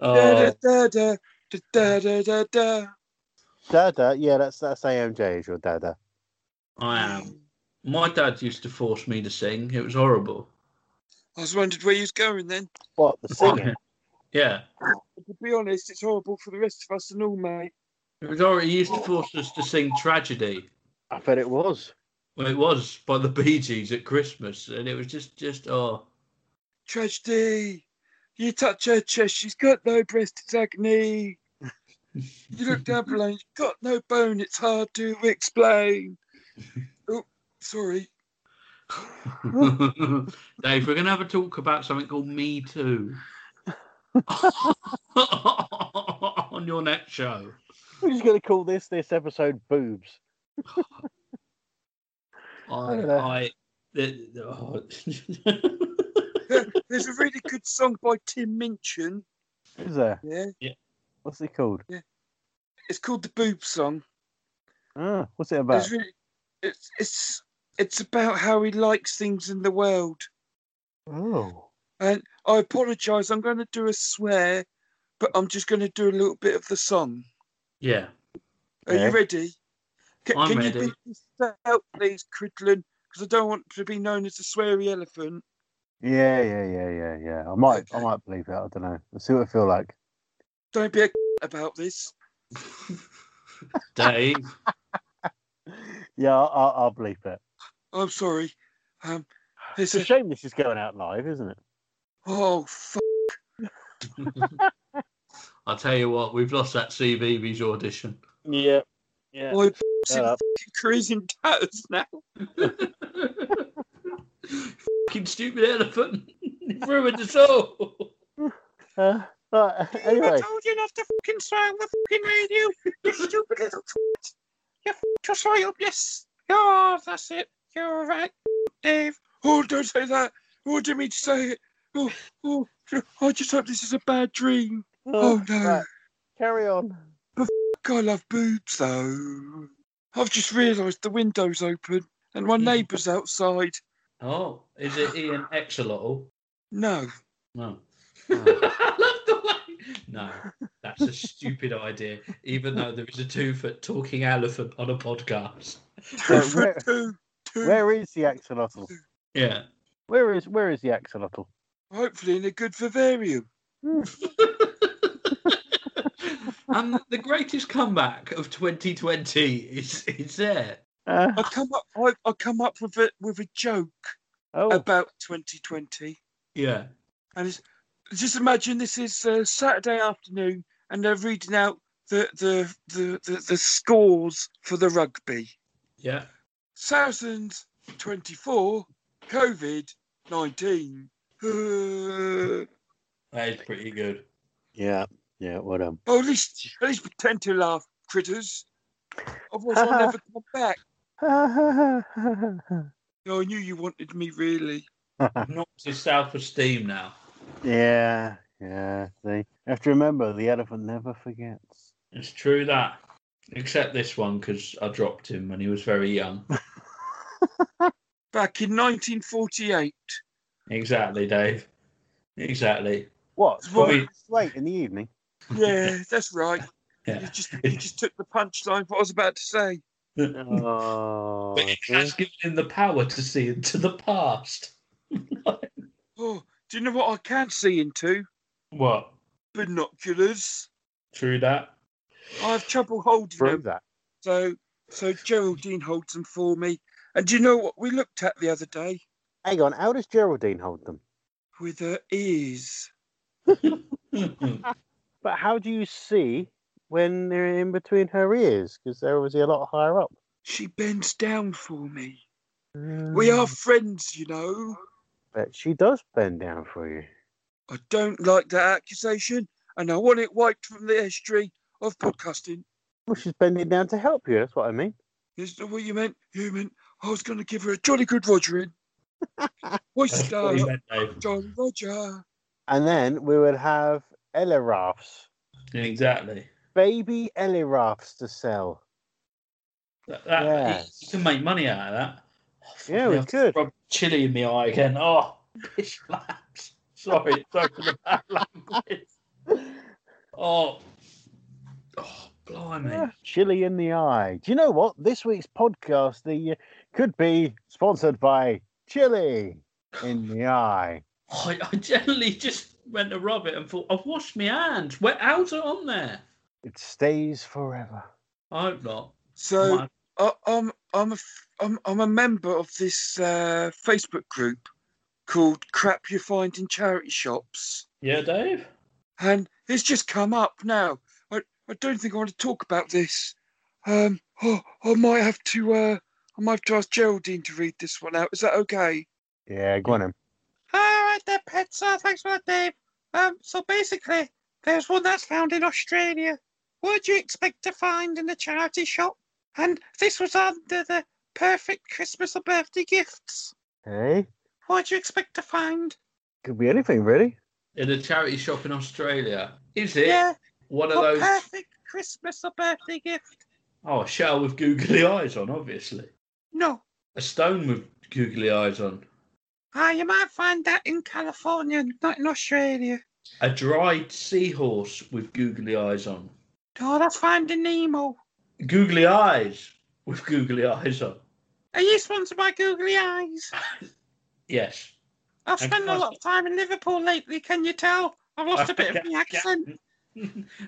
D: Da, da, da, da, da, da, da.
A: Dada, yeah, that's that's AMJ is your dada.
B: I am. My dad used to force me to sing. It was horrible.
D: I was wondering where you was going then.
A: What the singer?
B: Yeah.
D: But to be honest, it's horrible for the rest of us and all, mate.
B: It was already he used to force us to sing tragedy.
A: I bet it was.
B: Well, it was by the Bee Gees at Christmas, and it was just, just oh,
D: Tragedy. You touch her chest, she's got no breast, it's agony. You look down below, you've got no bone, it's hard to explain. Oh, sorry.
B: Dave, we're gonna have a talk about something called Me Too on your next show.
A: We're just gonna call this this episode boobs.
B: I,
A: Hello.
B: I, the, the- oh.
D: There- There's a really good song by Tim Minchin.
A: Is there?
D: Yeah.
A: What's it called?
D: It's called the Boob Song.
A: Ah, what's it about?
D: It's really, it's it's it's about how he likes things in the world.
A: Oh.
D: And I apologise. I'm going to do a swear, but I'm just going to do a little bit of the song.
B: yeah,
D: Are you
A: Okay.
D: ready? Can,
B: I'm
D: can
B: ready.
D: you beat this out, please, Cridlin? Because I don't want to be known as a sweary elephant.
A: Yeah, yeah, yeah, yeah, yeah. I might I
D: Okay.
A: might believe it, I don't know. Let's see what it feel like.
D: Don't be a about this.
B: Dave,
A: Yeah, I- I'll, I'll bleep it.
D: I'm sorry. Um,
A: It's a
D: there's a
A: shame this is going out live, isn't it?
D: oh f-
B: I'll tell you what, we've lost that CBeebies audition.
A: Yeah. Yeah.
D: my
A: Shut up.
D: career's in tatters now.
B: Fucking stupid elephant ruined us all.
A: Uh, right, anyway,
D: told you not to fucking swear on the fucking radio. You stupid little twat. You fucked your soil up, yes. Oh, that's it. You're right, Dave. Oh, don't say that. Oh, didn't mean to say it. Oh, oh, I just hope this is a bad dream. Oh, no.
A: right, carry on.
D: Fuck, I love boobs, though. I've just realised the window's open and my
A: Hmm.
B: Mhm.
D: neighbour's outside.
B: Oh, is it Ian Exolotl?
D: No.
B: No.
A: Oh.
B: I love the way. No, that's a stupid idea. Even though there is a two-foot talking elephant on a podcast.
A: So where,
D: Two, two.
A: where is the axolotl?
B: Yeah.
A: Where is where is the axolotl?
D: Hopefully in a good vivarium.
B: and the greatest comeback of 2020 is is there.
A: Uh,
D: I come up, I, I come up with a with a joke
A: oh,
D: about 2020.
B: Yeah.
D: And it's, just imagine this is uh, Saturday afternoon, and they're reading out the the, the, the the scores for the rugby.
B: Yeah.
D: Saracens 24, COVID 19. Uh,
B: That is pretty good.
A: yeah, yeah. What um?
D: oh, at least at least pretend to laugh, critters. Otherwise, I'll never come back. No, I knew you wanted me, really.
B: Knocks his self-esteem now.
A: yeah, yeah. See, you have to remember the elephant never forgets.
B: It's true that. Except this one because I dropped him when he was very young.
D: Back in 1948,
B: exactly, Dave. Exactly.
A: What?
D: It's
A: Well,
B: probably-
A: it's late in the evening.
D: yeah, that's right.
B: Yeah.
D: You just you just took the punchline. for What I was about to say.
A: Oh,
B: But it has given him the power to see into the past.
D: Oh, do you know what I can see into?
B: What?
D: Binoculars.
B: True that.
D: I have trouble holding
A: prove
D: them,
A: that.
D: so so Geraldine holds them for me. And do you know what we looked at the other day?
A: Hang on, how does Geraldine hold them?
D: With her ears.
A: But how do you see when they're in between her ears? Because they're obviously a lot higher up.
D: She bends down for me. We are friends, you know.
A: But she does bend down for you.
D: I don't like that accusation, and I want it wiped from the history of podcasting.
A: Well, she's bending down to help you. That's what I mean.
D: Is that what you meant, human? I was going to give her a jolly good Roger in.
B: That's
D: Oyster,
B: what he meant, Dave.
D: Jolly Roger.
A: And then we would have Elirafs,
B: Exactly.
A: baby Elirafs to sell.
B: That, that,
A: Yes.
B: You can make money out of that. Oh,
A: Yeah,
B: fucking
A: we
B: hell,
A: could.
B: Rub chili in my eye again. Oh, bitch, lads. Sorry, sorry for the bad language. Oh, oh, blimey.
A: Chili in the eye. Do you know what? This week's podcast the uh, could be sponsored by Chili in the eye.
B: I, I generally just went to rub it and thought, I've washed my hands. Where, how's it on there?
A: It stays forever.
B: I hope not.
D: So
B: Might-
D: I, Uh, I'm I'm a f- I'm I'm a member of this uh, Facebook group called "Crap You Find in Charity Shops,"
B: Yeah, Dave?
D: and it's just come up now. I, I don't think I want to talk about this. Um, oh, I might have to uh, I might have to ask Geraldine to read this one out. Is that okay?
A: Yeah, go on. Em.
D: All right, then, pets. Uh, thanks for that, Dave. Um, so basically, there's one that's found in Australia. What do you expect to find in a charity shop? And this was under the perfect Christmas or birthday gifts.
A: Hey,
D: What do you expect to find?
A: could be anything really.
B: In a charity shop in Australia. Is it
D: Yeah,
B: one of
D: a
B: those?
D: perfect Christmas or birthday gift.
B: Oh, a shell with googly eyes on, obviously.
D: No,
B: A stone with googly eyes on.
D: ah, you might find that in California, not in Australia.
B: A dried seahorse with googly eyes on.
D: No, that's finding Nemo.
B: Googly eyes with googly eyes on.
D: Are you sponsored by Googly Eyes?
B: Yes.
D: I've
B: And
D: spent a
B: plus-
D: lot of time in Liverpool lately, can you tell? I've lost a bit of my accent.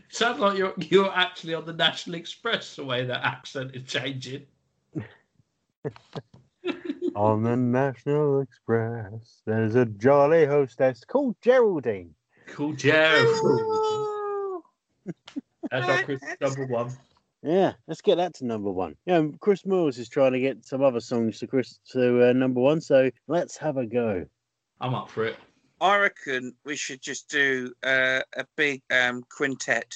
B: Sounds like you're you're actually on the National Express the way that accent is changing.
A: On the National Express, there's a jolly hostess called Geraldine.
B: Cool Gerald.
D: Hello.
B: That's our Chris number one.
A: Yeah, let's get that to number one. Yeah, um, Chris Moores is trying to get some other songs to Chris to uh, number one, so let's have a go.
B: I'm up for it.
D: I reckon we should just do uh, a big um, quintet.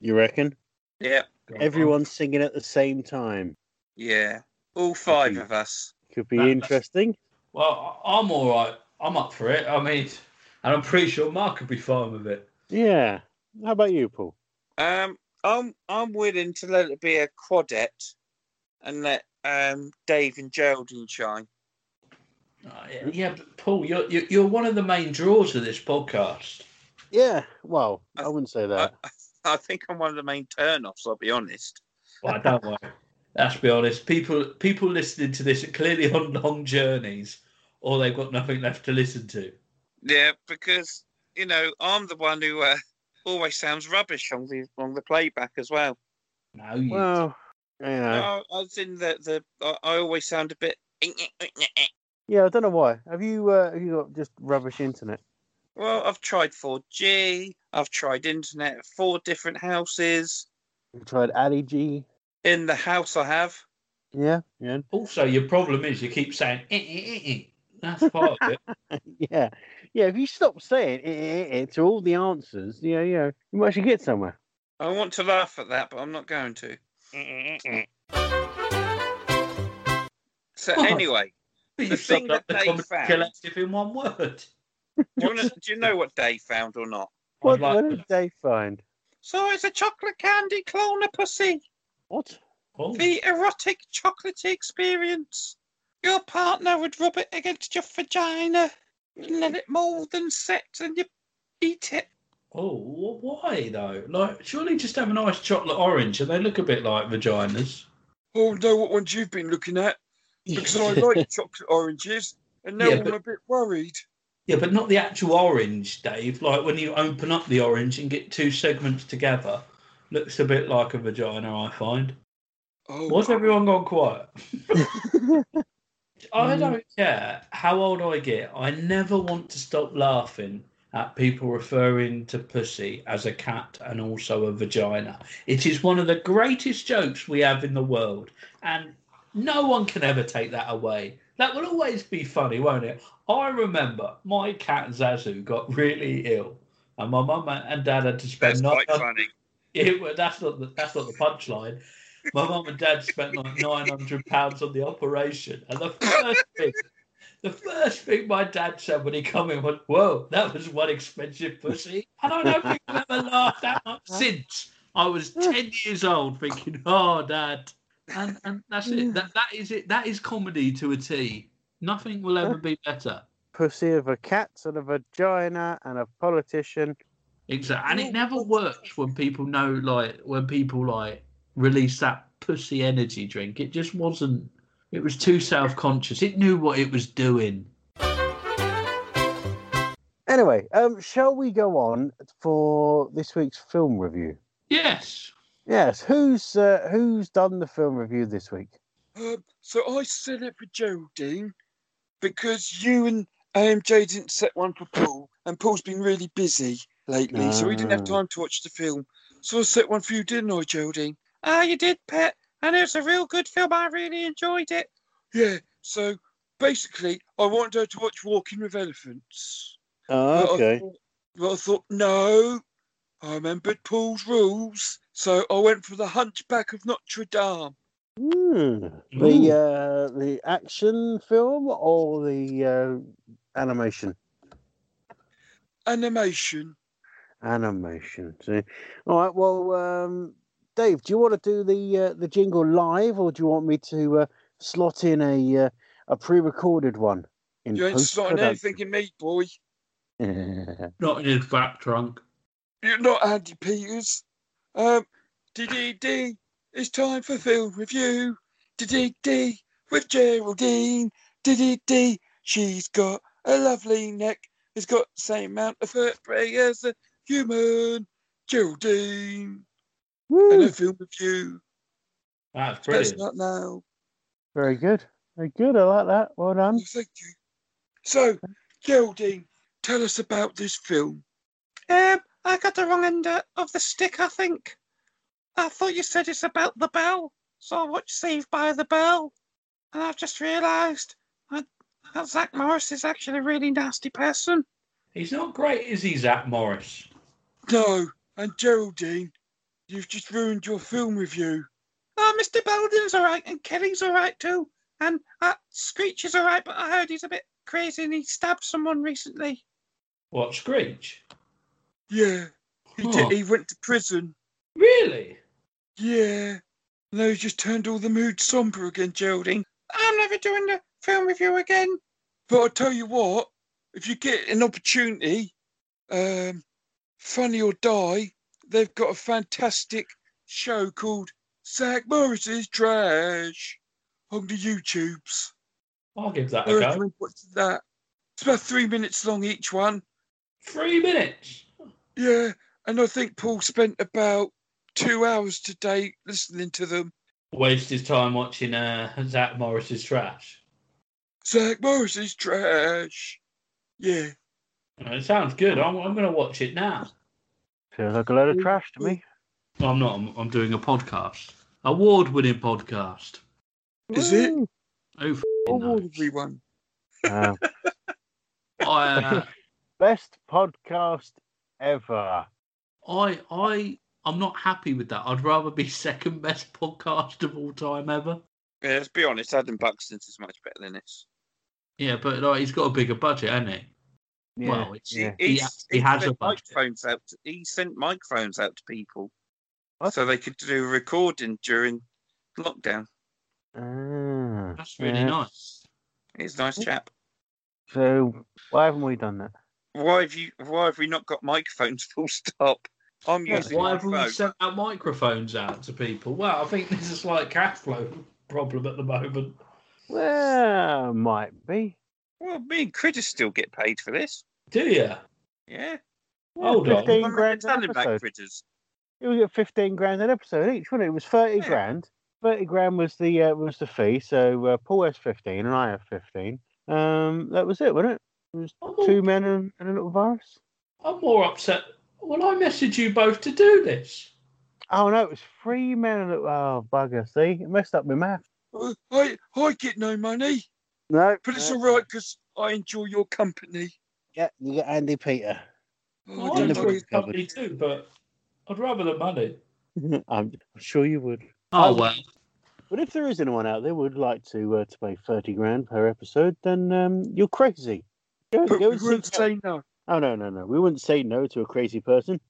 A: You reckon?
D: Yep.
B: Go on.
A: Everyone singing at the same time
D: Yeah. All five of us.
A: could be
B: That- that's-
A: interesting.
B: Well, I- I'm all right. I'm up for it. I mean, and I'm pretty sure Mark would be fine with it.
A: Yeah. How about you, Paul?
D: Um, I'm I'm willing to let it be a quadet, and let um Dave and Geraldine shine.
B: Uh, yeah, yeah, but Paul, you're you're you're one of the main draws of this podcast.
A: Yeah. Well,
D: I-
A: I wouldn't say that.
D: I, I think I'm one of the main turn-offs. I'll be honest.
B: Well, don't worry. Let's be honest. People people listening to this are clearly on long journeys, or they've got nothing left to listen to.
D: Yeah, because you know I'm the one who uh, always sounds rubbish on the on the playback as well.
B: No, you.
A: well, you know.
D: No, I was in the the. I, I always sound a bit.
A: Yeah, I don't know why. Have you uh, have you got just rubbish internet?
D: Well, I've tried 4G. I've tried internet at four different houses.
A: You tried Ali G?
D: In the house I have.
A: Yeah. Yeah.
B: also, your problem is you keep saying "Eh, eh, eh, eh." that's part of it.
A: Yeah. Yeah. If you stop saying eh, eh, eh, eh, to all the answers, yeah, yeah, you might actually get somewhere.
D: I want to laugh at that, but I'm not going to. So
B: What?
D: anyway,
B: But
D: The
B: you
D: thing
B: summed up
D: that
B: the
D: they
B: comedy
D: found-
B: collective in one word.
D: do you, wanna, do you know what Dave found or not?
A: What,
B: I'd like
A: what did they find?
D: So it's a chocolate candy clone of pussy.
A: What?
B: Paul,
D: The erotic chocolatey experience. Your partner would rub it against your vagina, let it mold and set, and you eat it.
B: Oh, wh- why though? Like, surely just have a nice chocolate orange, and they look a bit like vaginas.
D: Oh no, what ones you've been looking at? Because I like chocolate oranges, and now
B: Yeah,
D: I'm
B: but-
D: a bit worried.
B: Yeah, but not the actual orange, Dave. Like when you open up the orange and get two segments together, looks a bit like a vagina. I find.
D: Oh,
B: Why's everyone gone quiet? I don't care how old I get. I never want to stop laughing at people referring to pussy as a cat and also a vagina. It is one of the greatest jokes we have in the world, and no one can ever take that away. That will always be funny, won't it? I remember my cat Zazu got really ill, and my mum and dad had to spend
D: That's
B: nine.
D: quite funny.
B: Yeah, well, that's not the, that's not the punchline. My mum and dad spent like nine hundred pounds on the operation, and the first thing, the first thing my dad said when he come in was, "Whoa, that was one expensive pussy." And I don't think I've ever laughed that much since I was ten years old, thinking, "Oh, dad," and and that's it. That that is it. That is comedy to a T. Nothing will ever be better.
A: Pussy of a cat and a vagina and a politician.
B: Exactly, and it never works when people know, like, when people like release that pussy energy drink. It just wasn't. It was too self-conscious. It knew what it was doing.
A: Anyway, um, shall we go on for this week's film review?
B: Yes.
A: Yes, who's uh, who's done the film review this week?
D: Um, so I set it for Geraldine because you and AMJ didn't set one for Paul, and Paul's been really busy lately, so he didn't have
A: Ah.
D: time to watch the film. So I set one for you, didn't I, Geraldine? Ah, you did, Pet, and it was a real good film. I really enjoyed it. Yeah. So basically, I wanted her to watch Walking with Elephants. But I
A: Oh,
D: thought- But I thought, no, I remembered Paul's rules. So I went for the Hunchback of Notre Dame.
A: Hmm,
D: Hmm.
A: The uh, the action film or the uh, animation?
D: Animation.
A: Animation. See? All right. Well, um, Dave, do you want to do the uh, the jingle live, or do you want me to uh, slot in a uh, a pre-recorded one? In
D: You ain't starting anything in me, boy.
A: post-production?
B: Not in his back trunk.
D: You're not Andy Peters. Um, DDD, it's time for film review. DDD with Geraldine. DDD, she's got a lovely neck. It's got the same amount of vertebrae as a human. Geraldine, and
A: Woo,
D: a film review.
B: That's
D: Best
B: brilliant.
D: not now.
A: Very good. Very good. I like that. Well done.
D: Oh, thank you. So, Geraldine, tell us about this film. Um, I got the wrong end uh, of the stick, I think. I thought you said it's about the bell, so I watched Saved by the Bell, and I've just realised that that Zach Morris is actually a really nasty person.
B: He's not great, is he, Zach Morris?
D: No, and Geraldine, you've just ruined your film review. Oh, Mr. Belden's all right, and Kelly's all right too, and uh, Screech is all right, but I heard he's a bit crazy and he stabbed someone recently.
B: What Screech?
D: Yeah, he
B: Huh.
D: did. He went to prison.
B: Really?
D: Yeah, no, he's just turned all the mood somber again, Geraldine. I'm never doing the film review again. But I tell you what, if you get an opportunity, um, Funny or Die, they've got a fantastic show called Zach Morris's Trash on the YouTubes.
B: I'll give that
D: I
B: a go.
D: recommend watching that. It's about three minutes long each one.
B: Three minutes.
D: Yeah, and I think Paul spent about two hours today listening to them.
B: Waste his time watching uh, Zach Morris's trash.
D: Zach Morris is trash. Yeah.
B: Uh, It sounds good. I'm, I'm going to watch it now.
A: Feels like a load of trash to me.
B: I'm not. I'm, I'm doing a podcast. Award-winning podcast.
D: Is it?
A: Woo.
B: Who f-
D: Oh,
B: knows?
D: everyone.
A: Uh,
B: I, uh,
A: best podcast ever.
B: I I I'm not happy with that. I'd rather be second best podcast of all time ever.
D: Yeah, let's be honest, Adam Buxton's is much better than this.
B: Yeah, but like he's got a bigger budget, hasn't he?
A: Yeah.
B: Well, it's
A: yeah.
B: He actually has
D: sent
B: a budget.
D: microphones out. To, he sent microphones out to people
A: What?
D: so they could do a recording during lockdown.
A: Ah,
B: that's really
A: yeah.
B: nice.
D: He's a nice chap.
A: So why haven't we done that?
D: Why have you? Why have we not got microphones? Full stop. I'm using
B: Why
D: my
B: have we
D: phone.
B: sent our microphones out to people? Well, I think there's a slight cash flow problem at the moment.
A: Well, might be.
D: Well, me and Critter still get paid for this.
B: Do you?
D: Yeah.
A: Yeah,
B: Hold on.
D: I'm
A: 15
D: not
A: grand an
D: telling back
A: episode.
D: Critters.
A: It was at 15 grand an episode each, wasn't it? It was 30
D: Yeah.
A: grand. 30 grand was the uh, was the fee. So uh, Paul has 15 and I have 15. Um, that was it, wasn't it? It was
B: I'm all-
A: two men and, and a little virus.
B: I'm more upset. Well, I messaged you both to do this.
A: Oh no, it was three men. that- Oh bugger! See, it messed up my math.
F: Uh, I I get no money,
A: No,
F: but it's
A: no.
F: all right because I enjoy your company.
A: Yeah, you get Andy Peter.
F: Oh,
B: I
F: I
A: in the
F: don't
B: enjoy
F: know.
B: his company too, but I'd rather the money.
A: I'm sure you would.
B: Oh well.
A: But if there is anyone out there who would like to uh, to pay thirty grand per episode, then um, you're crazy. Go,
F: But
A: go
F: we
A: and
F: wouldn't
A: seek out-
F: say no.
A: Oh no, no, no. We wouldn't say no to a crazy person.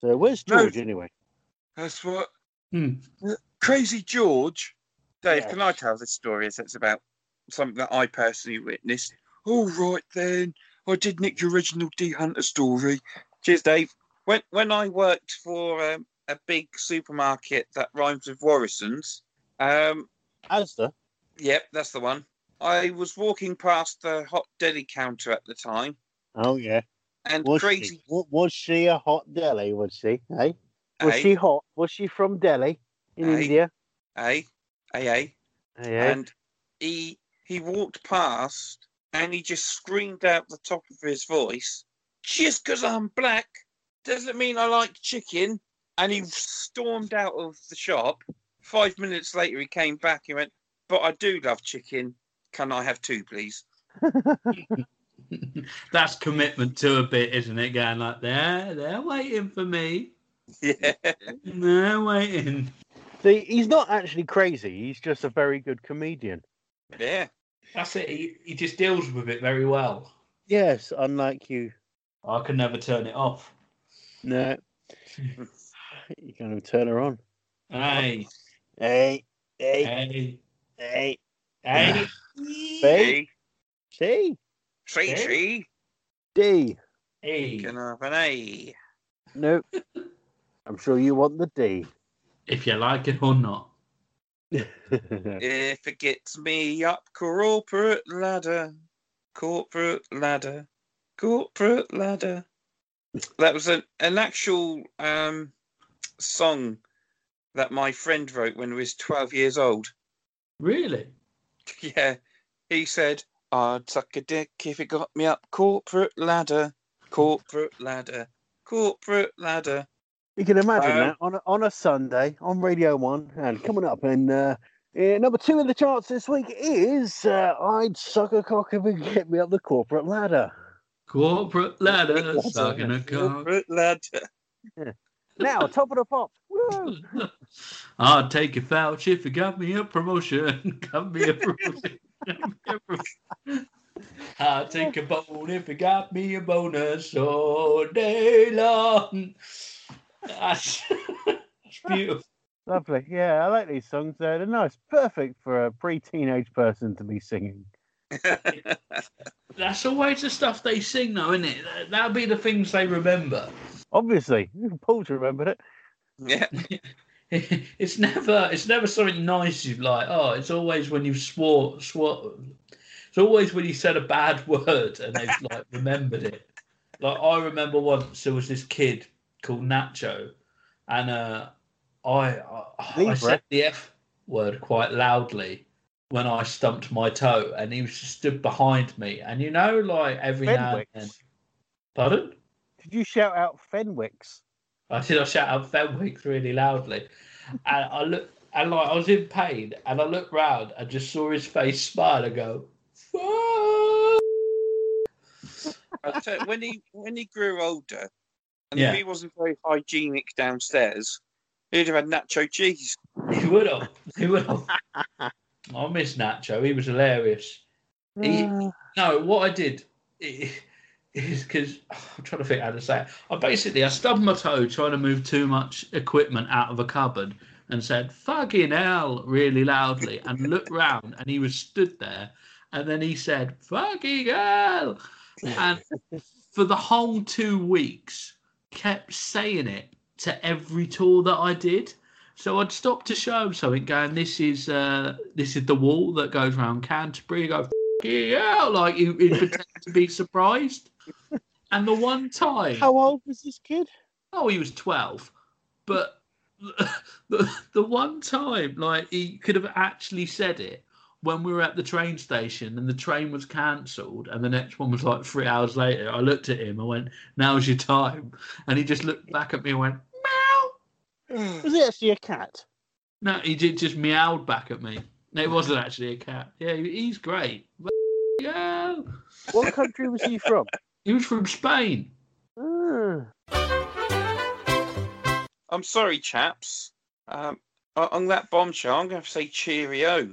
A: So where's
F: No.
A: George anyway?
F: That's what.
B: Hmm.
F: Uh, Crazy George.
D: Dave,
A: Yeah.
D: can I tell this story as it's about something that I personally witnessed?
F: All right then. I did nick your original D Hunter story.
D: Cheers, Dave. When when I worked for um, a big supermarket that rhymes with Warrisons, um,
A: Asda.
D: yep, that's the one. I was walking past the hot deli counter at the time,
A: Oh yeah.
D: and
A: Was
D: crazy.
A: she? wa- Was she a hot deli? Was she? Hey. Was
D: Hey.
A: she hot? Was she from Delhi in
D: Hey.
A: India?
D: Hey, hey, hey.
A: Yeah.
F: Um,
D: and he he walked past and he just screamed out the top of his voice just because i'm black doesn't mean i like chicken and he stormed out of the shop five minutes later he came back he went but i do love chicken can i have two please
B: That's commitment to a bit, isn't it? Going like, there, they're waiting for me.
D: yeah
B: They're waiting.
A: See, he's not actually crazy. He's just a very good comedian.
D: yeah
B: That's it. He, he just deals with it very well.
A: Yes, unlike you.
B: I can never turn it off.
A: No. You're going to turn her on.
B: Hey,
A: Hey, hey,
B: hey,
A: hey.
B: hey.
A: Hey.
D: hey
A: C.
D: tree
B: Hey.
D: tree
A: D.
B: Hey.
D: can i have an a
A: No. I'm sure you want the D.
B: If you like it or not.
D: if it gets me up corporate ladder, corporate ladder, corporate ladder. That was an, an actual um, song that my friend wrote when he was 12 years old.
B: Really?
D: Yeah, he said, I'd suck a dick if it got me up corporate ladder, corporate ladder, corporate ladder.
A: you can imagine
D: Um,
A: that on a, on a Sunday on Radio 1. And coming up in, uh, eh, number two in the charts this week is uh, I'd Suck a Cock if it get me up the corporate ladder.
B: Corporate ladder, sucking a cock.
D: corporate ladder.
A: Now, top of the pops. Woo!
B: I'd take a Fauci if you got me a promotion. got me a promotion. Got me a promotion. I'd take a bone if you got me a bonus all day long. That's, that's beautiful.
A: Lovely. Yeah, I like these songs. They're they're nice. Perfect for a pre teenage person to be singing.
B: That's always the stuff they sing, though, isn't it? That- That'll be the things they remember.
A: Obviously, Paul's remembered it.
D: yeah,
B: it's never, it's never something nice. You like, oh, it's always when you swore, swore. It's always when you said a bad word and they've like remembered it. Like I remember once there was this kid called Nacho, and uh, I, I, I
A: Libra.
B: said the F word quite loudly when I stumped my toe, and he was just stood behind me. And you know, like every now and then,
A: Fenwick's.
B: pardon.
A: Did you shout out Fenwick's?
B: I did. I shout out Fenwick really loudly, and I look and like I was in pain, and I looked round and just saw his face smile and go, "Fuck."
D: I tell
G: uh,
D: you, when he when he grew older, and
B: Yeah.
D: if he wasn't very hygienic downstairs, he'd have had nacho cheese.
B: He would have. He would have. I miss Nacho. He was hilarious. He- no, what I did i- is because I'm trying to think how to say it. I basically I stubbed my toe trying to move too much equipment out of a cupboard and said "fucking hell" really loudly and looked round and he was stood there and then he said "fucking hell" and for the whole two weeks kept saying it to every tour that I did. So I'd stop to show him something, going, "This is uh, this is the wall that goes round Canterbury." Go, yeah, like you would pretend to be surprised. And the one time,
A: How old was this kid?
B: oh, he was twelve, but the, the one time, like he could have actually said it, when we were at the train station and the train was cancelled and the next one was like three hours later, I looked at him. I went, "Now's your time," and he just looked back at me and went, "Meow."
D: Ugh.
A: Was it actually a cat?
B: No, he did just meowed back at me. No, it wasn't actually a cat. Yeah, he- he's great. Yeah,
A: What country was he from?
B: he was from Spain.
A: Ah.
G: I'm sorry, chaps. Um, o- on that bombshell, I'm going to have to say cheerio,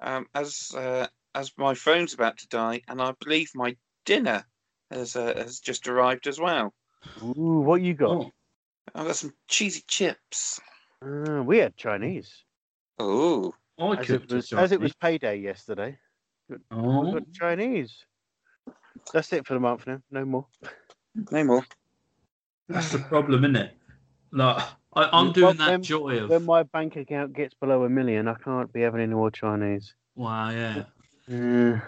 G: um, as uh, as my phone's about to die, and I believe my dinner has uh, has just arrived as well.
A: Ooh, what you got?
B: Oh,
G: I've got some cheesy chips.
A: Ah, we had Chinese.
G: Oh,
B: I
A: As
B: cooked
A: it,
B: a
A: was, as it was
B: Chinese.
A: payday yesterday, we
B: Oh.
A: got Chinese. That's it for the month now. No more.
G: no more.
B: That's the problem, isn't it? Like I, I'm doing
A: Well,
B: that
A: when-
B: joy of
A: When my bank account gets below a million, I can't be having any more Chinese.
B: wow, yeah.
A: Uh,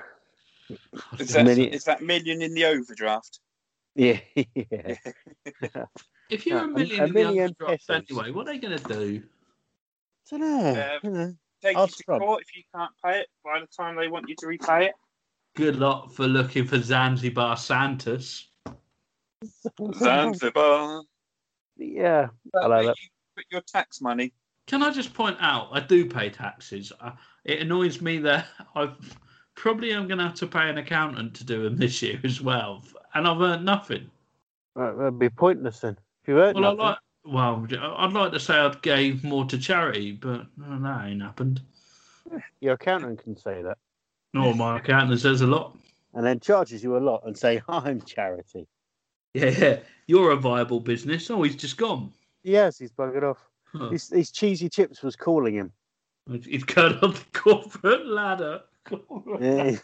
G: Is that,
A: Many-
G: is that million in the overdraft?
A: yeah, yeah.
B: If you're a
A: Yeah, a-
B: million,
A: a
B: in the
A: million
B: overdraft
A: pesos.
B: anyway, what are they going to do?
A: don't know.
G: Um, Take
A: I'll
G: it to
A: scrub.
G: court if you can't pay it by the time they want you to repay it.
B: Good luck for looking for Zanzibar Santas.
G: Zanzibar.
A: yeah.
G: That
A: like
G: way
A: that.
G: you put your tax money.
B: Can I just point out, I do pay taxes. I, it annoys me that I've probably am going to have to pay an accountant to do them this year as well, and I've earned nothing.
A: Right, that'd be pointless then. If you earned
B: Well, I
A: nothing,
B: like. Well, I'd like to say I gave more to charity, but no, that ain't happened.
A: your accountant can say that
B: Nor my accountant says a lot.
A: and then charges you a lot and say, I'm charity.
B: Yeah, yeah. You're a viable business. Oh, he's just gone.
A: Yes, he's buggered off.
B: Huh.
A: These, these cheesy chips was calling him.
B: He's, he's going up the corporate ladder.
A: Yeah.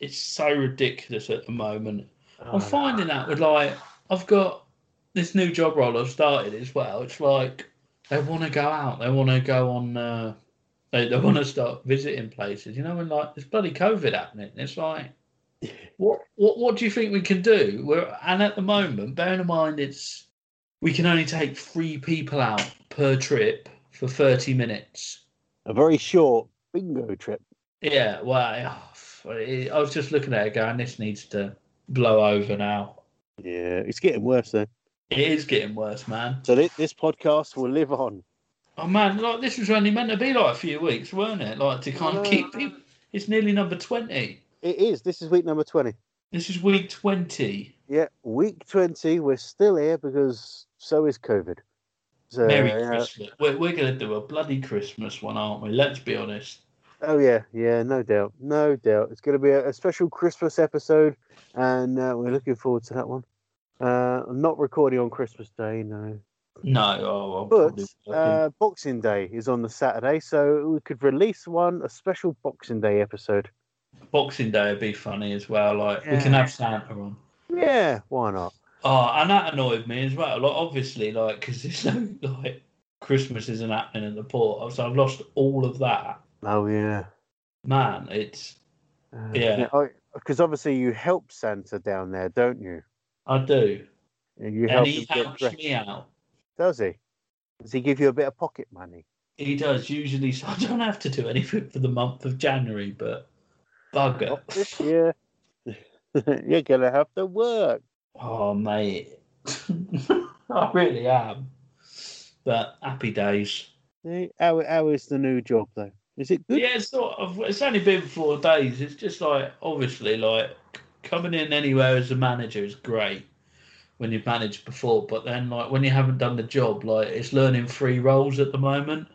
B: It's so ridiculous at the moment. I'm finding that with like I've got this new job role I've started as well. It's like they want to go out. They want to go on. Uh, they they want to start visiting places. You know, and like there's bloody COVID happening. It's like. What, what what do you think we can do? We're and at the moment, bearing in mind it's we can only take three people out per trip for thirty minutes.
A: a very short bingo trip.
B: Yeah, well, I I was just looking at it going, this needs to blow over now.
A: Yeah, it's getting worse though.
B: It is getting worse, man.
A: So thi- this podcast will live on.
B: Oh man, like this was only meant to be like a few weeks, weren't it? Like to kind of keep people. It's nearly number twenty.
A: It is. This is week number 20.
B: This is week twenty.
A: Yeah, week 20. We're still here because so is COVID. So, uh,
B: Merry
A: yeah.
B: Christmas. We're, we're going to do a bloody Christmas one, aren't we? Let's be honest.
A: Oh, yeah. Yeah, no doubt. No doubt. It's going to be a, a special Christmas episode, and uh, we're looking forward to that one. Uh, I'm not recording on Christmas Day, no.
B: No, oh, I'll
A: But
B: probably be lucky.
A: uh, Boxing Day is on the Saturday, so we could release one, a special Boxing Day episode. uh,
B: Boxing Day would be funny as well. Like we can
A: Yeah.
B: have Santa on.
A: Yeah, why not?
B: Oh, and that annoyed me as well. Like, obviously, like, because there's no, like, Christmas isn't happening in the port. So I've lost all of that.
A: Oh, yeah. Uh,
B: Man, it's, Yeah.
A: Because obviously you help Santa down there, don't you?
B: I do.
A: And you help
B: And he
A: him get
B: helps
A: dressed.
B: me out.
A: Does he? Does he give you a bit of pocket money?
B: He does usually, so I don't have to do anything for the month of January, but bugger.
A: Not this year. You're gonna have to work.
B: Oh, mate. I really am. But happy days.
A: See? How how is the new job though? Is it good?
B: Yeah, it's sort of. It's only been four days. It's just like obviously, like coming in anywhere as a manager is great when you've managed before, but then like when you haven't done the job, like it's learning three roles at the moment.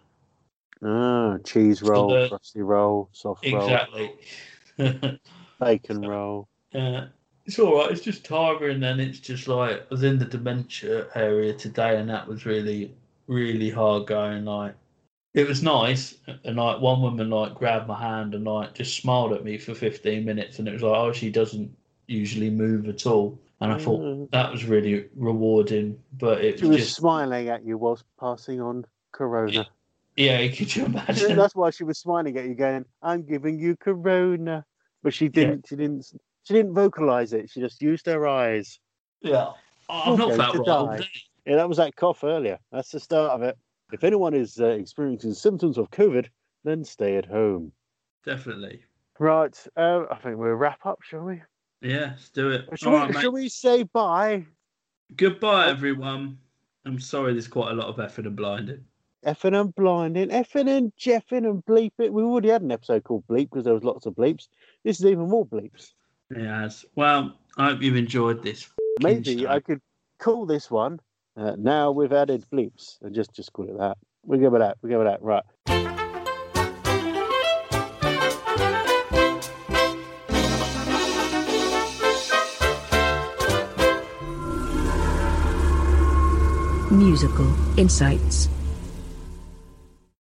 A: Ah, cheese
B: So
A: roll,
B: the-
A: crusty roll, soft
B: Exactly.
A: roll, bacon roll.
B: uh, it's all right. It's just tiring, and then it's just like I was in the dementia area today, and that was really, really hard going. Like it was nice, and like one woman like grabbed my hand and like just smiled at me for fifteen minutes, and it was like, oh, she doesn't usually move at all, and I thought
A: Mm.
B: that was really rewarding. But it
A: She was
B: was just
A: smiling at you whilst passing on Corona.
B: yeah, could you imagine?
A: That's why she was smiling at you, going, "I'm giving you Corona," but she didn't. She didn't. She didn't vocalize it. She just used her eyes.
B: yeah, Oh, I've not
A: Okay,
B: felt
A: to
B: right all
A: die.
B: day.
A: Yeah, that was that cough earlier. That's the start of it. If anyone is uh, experiencing symptoms of COVID, then stay at home.
B: Definitely.
A: Right, um, I think we'll wrap up, shall we?
B: Yeah, let's do it.
A: Shall,
B: All
A: we,
B: right, mate.
A: shall we say bye?
B: Goodbye, everyone. I'm sorry there's quite a lot of effort and blinding.
A: Effing and blinding, effing and jeffing and bleep it. We already had an episode called bleep because there was lots of bleeps. This is even more bleeps.
B: Yes. Well, I hope you've enjoyed this. Fucking
A: Maybe
B: show.
A: I could call this one. Uh, now we've added bleeps and just just call it that. We go with that. We go with that. Right.
H: Musical Insights.